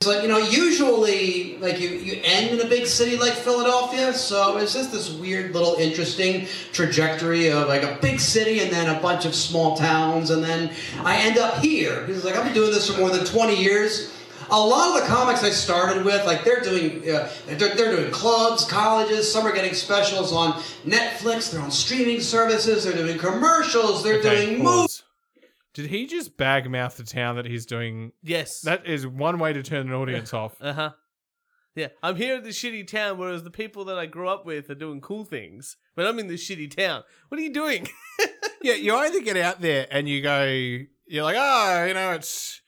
Speaker 17: It's like you know, usually like you, you end in a big city like Philadelphia, so it's just this weird little interesting trajectory of like a big city and then a bunch of small towns, and then I end up here. He's like, I've been doing this for more than twenty years. A lot of the comics I started with, like they're doing, uh, they're, they're doing clubs, colleges. Some are getting specials on Netflix. They're on streaming services. They're doing commercials. They're
Speaker 6: Okay,
Speaker 17: doing
Speaker 6: pause.
Speaker 17: movies.
Speaker 6: Did he just bag mouth the town that he's doing?
Speaker 4: Yes.
Speaker 6: That is one way to turn an audience off.
Speaker 4: Uh huh. Yeah, I'm here in this shitty town, whereas the people that I grew up with are doing cool things, but I'm in this shitty town. What are you doing?
Speaker 6: Yeah, you either get out there and you go, you're like, oh, you know, it's.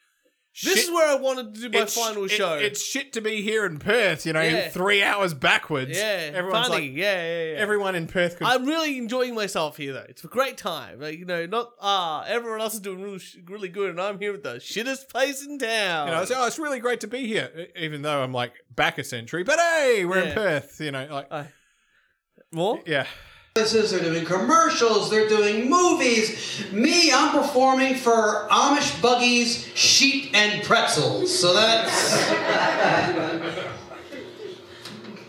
Speaker 4: This is where I wanted to do my
Speaker 6: it's-
Speaker 4: final
Speaker 6: it-
Speaker 4: show.
Speaker 6: it's shit to be here in Perth, you know,
Speaker 4: Yeah.
Speaker 6: three hours backwards.
Speaker 4: yeah,
Speaker 6: Everyone's
Speaker 4: funny.
Speaker 6: like,
Speaker 4: yeah, yeah, yeah.
Speaker 6: Everyone in Perth. Could-
Speaker 4: I'm really enjoying myself here, though. It's a great time. Like, you know, not ah, everyone else is doing really, sh- really good, and I'm here at the shittest place in town.
Speaker 6: you know, it's, oh, it's really great to be here, e- even though I'm like back a century. But hey, we're
Speaker 17: Yeah.
Speaker 6: in Perth, you know, like
Speaker 4: more.
Speaker 6: Yeah,
Speaker 17: businesses, they're doing commercials, they're doing movies. Me, I'm performing for Amish buggies, sheep, and pretzels. So that's.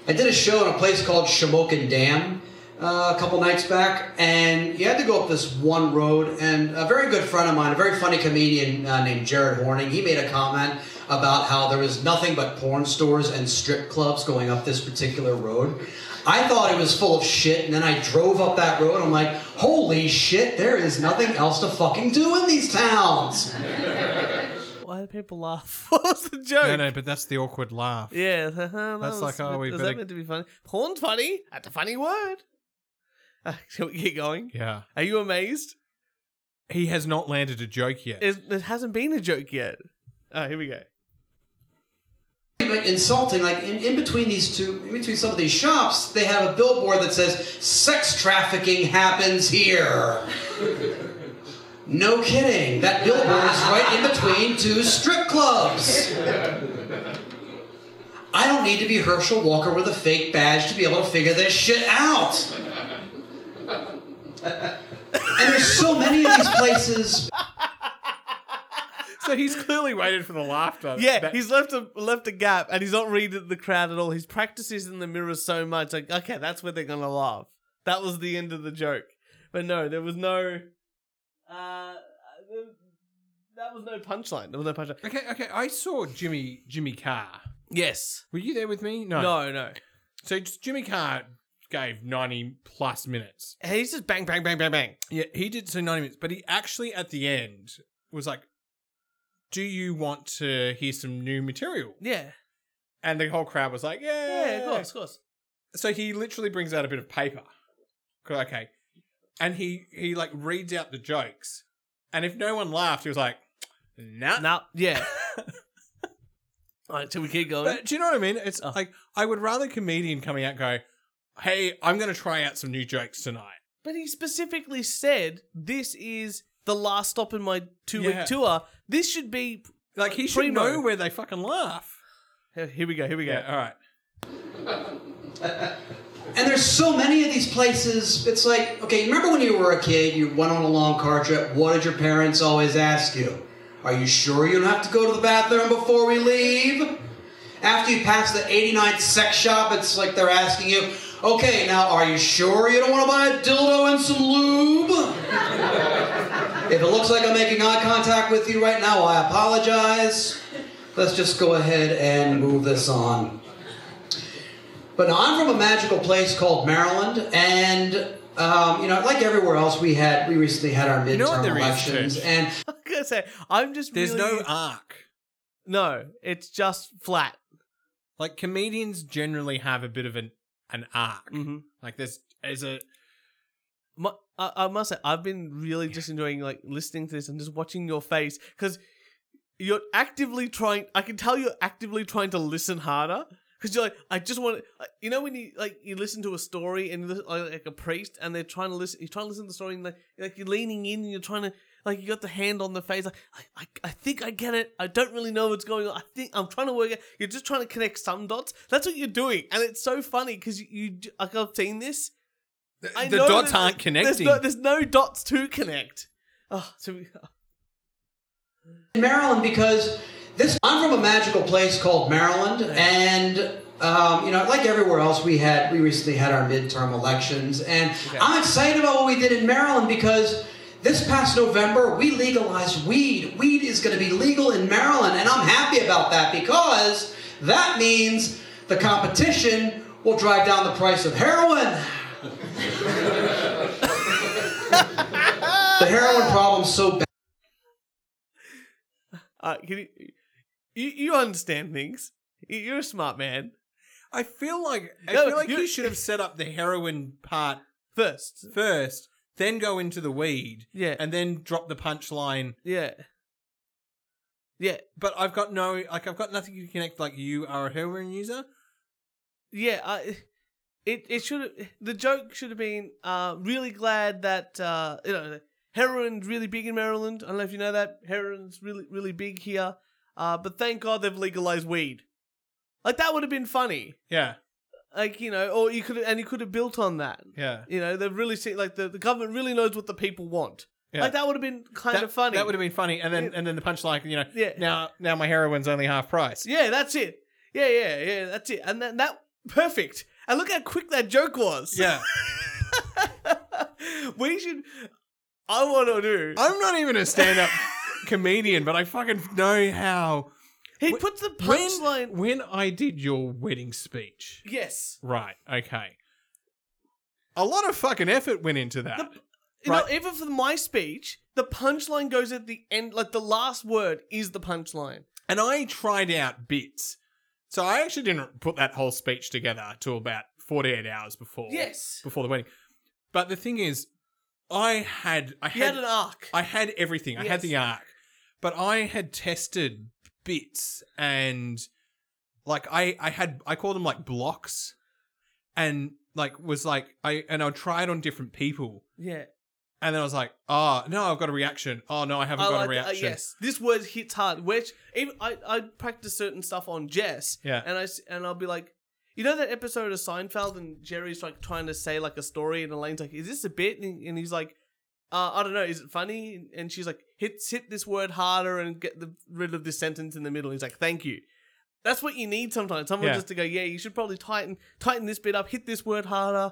Speaker 17: I did a show in a place called Shamokin Dam uh, a couple nights back, and you had to go up this one road. And a very good friend of mine, a very funny comedian uh, named Jared Horning, he made a comment about how there was nothing but porn stores and strip clubs going up this particular road. I thought it was full of shit, and then I drove up that road. I'm like, holy shit, there is nothing else to fucking do in these towns.
Speaker 4: Why do people laugh? what was the joke?
Speaker 6: no, no, but that's the awkward laugh.
Speaker 4: Yeah, that was-
Speaker 6: That's like, oh, we
Speaker 4: was
Speaker 6: better-
Speaker 4: that meant to be funny? Porn's funny. That's a funny word. Uh, shall we get going?
Speaker 6: Yeah.
Speaker 4: Are you amazed?
Speaker 6: He has not landed a joke yet.
Speaker 4: It, it hasn't been a joke yet. Oh, here we go.
Speaker 17: Like insulting, like in, in between these two, in between some of these shops, they have a billboard that says, Sex trafficking happens here. No kidding. That billboard is right in between two strip clubs. I don't need to be Herschel Walker with a fake badge to be able to figure this shit out. And there's so many of these places.
Speaker 6: so he's clearly waited for the laughter.
Speaker 4: Yeah,
Speaker 6: That-
Speaker 4: he's left a left a gap, and he's not reading the crowd at all. He's practices in the mirror so much, like okay, that's where they're gonna laugh. That was the end of the joke, but no, there was no. Uh, that was no punchline. There was no punchline.
Speaker 6: Okay, okay. I saw Jimmy Jimmy Carr.
Speaker 4: Yes.
Speaker 6: Were you there with me? No.
Speaker 4: No, no.
Speaker 6: So just Jimmy Carr gave 90 plus minutes.
Speaker 4: And he's just bang, bang, bang, bang, bang.
Speaker 6: Yeah, he did so 90 minutes, but he actually at the end was like, Do you want to hear some new material?
Speaker 4: Yeah.
Speaker 6: And the whole crowd was like, Yeah.
Speaker 4: Yeah, of course, of course.
Speaker 6: So he literally brings out a bit of paper. Okay. And he he like reads out the jokes. And if no one laughed, he was like, Nah.
Speaker 4: Nah, Uh, yeah. All right, so we keep going.
Speaker 6: But do you know what I mean? It's
Speaker 4: Oh.
Speaker 6: like I would rather comedian coming out go, "Hey, I'm going to try out some new jokes tonight."
Speaker 4: But he specifically said this is the last stop in my two
Speaker 6: Yeah.
Speaker 4: week tour. This should be
Speaker 6: like he should know where they fucking laugh.
Speaker 4: Here here we go. Here we go.
Speaker 6: all right.
Speaker 17: And there's so many of these places. It's like, okay, remember when you were a kid, you went on a long car trip. What did your parents always ask you? Are you sure you don't have to go to the bathroom before we leave? After you pass the 89th sex shop, it's like they're asking you, okay, now are you sure you don't want to buy a dildo and some lube? if it looks like I'm making eye contact with you right now, I apologize. Let's just go ahead and move this on. But no, I'm from a magical place called Maryland, and um, you know, like everywhere else, we had we recently had our midterm
Speaker 4: You know what there is,
Speaker 17: elections,
Speaker 4: Trish?
Speaker 17: and
Speaker 4: I'm gonna say I'm just.
Speaker 6: There's
Speaker 4: really-
Speaker 6: no arc.
Speaker 4: No, it's just flat.
Speaker 6: Like comedians generally have a bit of an an arc.
Speaker 4: Mm. Mm-hmm.
Speaker 6: Like there's is a
Speaker 4: Mu- I, I must say, I've been really just enjoying like listening to this and just watching your face because you're actively trying. I can tell you're actively trying to listen harder because you're like, I just want. to You know when you like you listen to a story and you lis- like, like a priest and they're trying to listen. You're trying to listen to the story and like like you're leaning in and you're trying to like you got the hand on the face. Like I, I, I think I get it. I don't really know what's going on. I think I'm trying to work it. You're just trying to connect some dots. That's what you're doing, and it's so funny because you, you d- like I've seen this. I
Speaker 6: the
Speaker 4: know
Speaker 6: dots
Speaker 4: that
Speaker 6: aren't
Speaker 4: there's
Speaker 6: connecting.
Speaker 4: no- There's no, dots to connect. Oh, so we,
Speaker 17: in Maryland because this I'm from a magical place called Maryland, and um, you know, like everywhere else, we had we recently had our midterm elections, and I'm excited about what we did in Maryland because this past November we legalized weed. Weed is going to be legal in Maryland, and I'm happy about that because that means the competition will drive down the price of heroin. the heroin problem's so bad.
Speaker 4: uh, can you, you you understand things. You- You're a smart man.
Speaker 6: I feel like I
Speaker 4: No,
Speaker 6: feel like you,
Speaker 4: you-
Speaker 6: should have set up the heroin part
Speaker 4: first.
Speaker 6: First, then go into the weed.
Speaker 4: Yeah.
Speaker 6: And then drop the punchline.
Speaker 4: Yeah. Yeah.
Speaker 6: But I've got no like I've got nothing to connect like you are a heroin user.
Speaker 4: Yeah, I, it it should have the joke should have been uh, really glad that uh, you know heroin's really big in Maryland. I don't know if you know that heroin's really really big here, uh, but thank God they've legalized weed. Like that would have been funny.
Speaker 6: Yeah.
Speaker 4: Like you know, or you could and you could have built on that.
Speaker 6: Yeah.
Speaker 4: You know, they've really seen like the, the government really knows what the people want.
Speaker 6: Yeah.
Speaker 4: Like that would have been kind
Speaker 6: that,
Speaker 4: of funny.
Speaker 6: That would have been funny. And then and then the punchline, you know,
Speaker 4: Yeah.
Speaker 6: now now my heroin's only half price.
Speaker 4: Yeah, that's it. Yeah, yeah, yeah, that's it. And then that perfect. And look how quick that joke was.
Speaker 6: Yeah.
Speaker 4: we should I want to do.
Speaker 6: I'm not even a stand-up comedian, but I fucking know how
Speaker 4: He puts the
Speaker 6: when-
Speaker 4: punchline.
Speaker 6: When I did your wedding speech.
Speaker 4: Yes.
Speaker 6: Right, okay. A lot of fucking effort went into that.
Speaker 4: You know, even for my speech, the punchline goes at the end like the last word is the punchline.
Speaker 6: and I tried out bits. So I actually didn't put that whole speech together till about 48 hours before.
Speaker 4: Yes.
Speaker 6: Before the wedding. But the thing is, I had I
Speaker 4: You
Speaker 6: had,
Speaker 4: had an arc.
Speaker 6: I had everything. I had
Speaker 4: Yes.
Speaker 6: the arc. But I had tested bits and like I I had I call them like blocks and like was like I and I tried on different people
Speaker 4: Yeah.
Speaker 6: and then I was like, "Oh, no, I've got a reaction. Oh, no, I haven't
Speaker 4: I
Speaker 6: got
Speaker 4: like
Speaker 6: a
Speaker 4: that. Uh,
Speaker 6: reaction."
Speaker 4: yes, this word hits hard. Which even I I practice certain stuff on Jess.
Speaker 6: Yeah.
Speaker 4: and I s- and I'll be like, you know that episode of Seinfeld and Jerry's like trying to say like a story and Elaine's like, is this a bit? And, and he's like, uh, I don't know, is it funny? And she's like, hit hit this word harder and get the, rid of this sentence in the middle. He's like, thank you. That's what you need sometimes. Someone
Speaker 6: Yeah.
Speaker 4: just to go, yeah, you should probably tighten tighten this bit up, hit this word harder,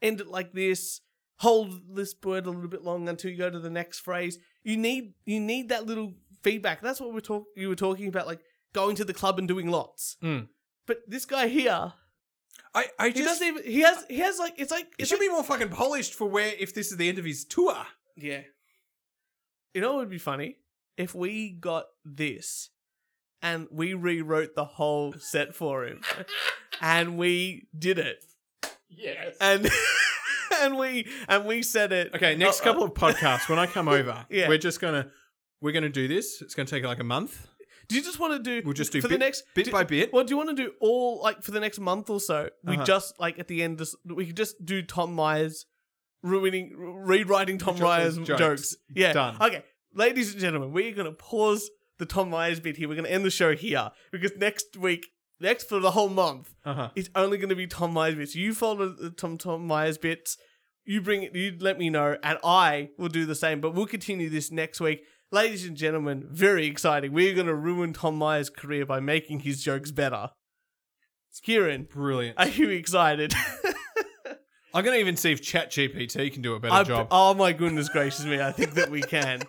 Speaker 4: end it like this, hold this word a little bit longer until you go to the next phrase. You need you need that little feedback. That's what we're talk you were talking about, like going to the club and doing lots.
Speaker 6: Mm.
Speaker 4: But this guy here,
Speaker 6: I, I
Speaker 4: he doesn't even he has he has like it's like
Speaker 6: It should be more fucking polished for where if this is the end of his tour.
Speaker 4: Yeah. You know what would be funny? If we got this and we rewrote the whole set for him and we did it.
Speaker 5: Yes.
Speaker 4: And and we and we said it.
Speaker 6: Okay, next
Speaker 4: Uh,
Speaker 6: couple of podcasts when I come over,
Speaker 4: Yeah.
Speaker 6: we're just gonna we're gonna do this. It's gonna take like a month.
Speaker 4: Do you just want to do
Speaker 6: We'll just do
Speaker 4: for
Speaker 6: bit-
Speaker 4: the next
Speaker 6: bit by bit?
Speaker 4: Well, do you want to do all like for the next month or so? We
Speaker 6: Uh-huh.
Speaker 4: just like at the end just, we could just do Tom Myers ruining rewriting Tom
Speaker 6: Jo-
Speaker 4: Myers
Speaker 6: jokes.
Speaker 4: jokes. Yeah.
Speaker 6: Done.
Speaker 4: Okay. Ladies and gentlemen, we're going to pause the Tom Myers bit here. We're going to end the show here because next week, next for the whole month,
Speaker 6: Uh-huh.
Speaker 4: it's only going to be Tom Myers bits. You follow the Tom Tom Myers bits. You bring it. You let me know, and I will do the same. But we'll continue this next week, ladies and gentlemen. Very exciting. We're going to ruin Tom Myers' career by making his jokes better. Kieran,
Speaker 6: brilliant.
Speaker 4: Are you excited?
Speaker 6: I'm gonna even see if ChatGPT can do a better
Speaker 4: I-
Speaker 6: job.
Speaker 4: Oh my goodness gracious me! I think that we can.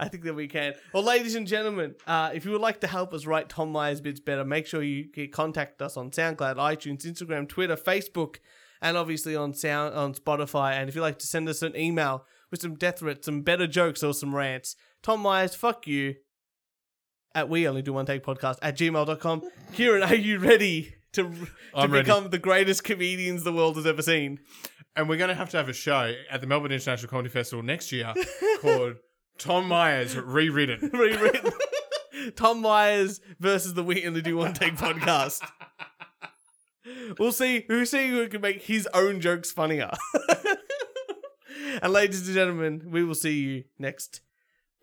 Speaker 4: I think that we can. Well, ladies and gentlemen, uh, if you would like to help us write Tom Myers bits better, make sure you get- contact us on SoundCloud, iTunes, Instagram, Twitter, Facebook, and obviously on Sound on Spotify. And if you'd like to send us an email with some death threats, some better jokes, or some rants, Tom Myers, fuck you. At we only do one take podcast at gmail.com. Kieran, are you ready to, to
Speaker 6: I'm ready.
Speaker 4: become the greatest comedians the world has ever seen?
Speaker 6: And we're gonna have to have a show at the Melbourne International Comedy Festival next year called Tom Myers Rewritten.
Speaker 4: rewritten. Tom Myers versus the We Only Do One Take podcast. We'll see who see who can make his own jokes funnier. and ladies and gentlemen, we will see you next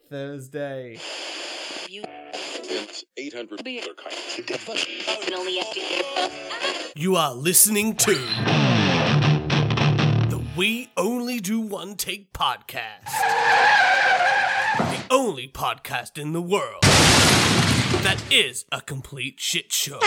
Speaker 4: Thursday.
Speaker 2: Since 800 other kinds.
Speaker 3: You are listening to the We Only Do One Take podcast. The only podcast in the world that is a complete shit show.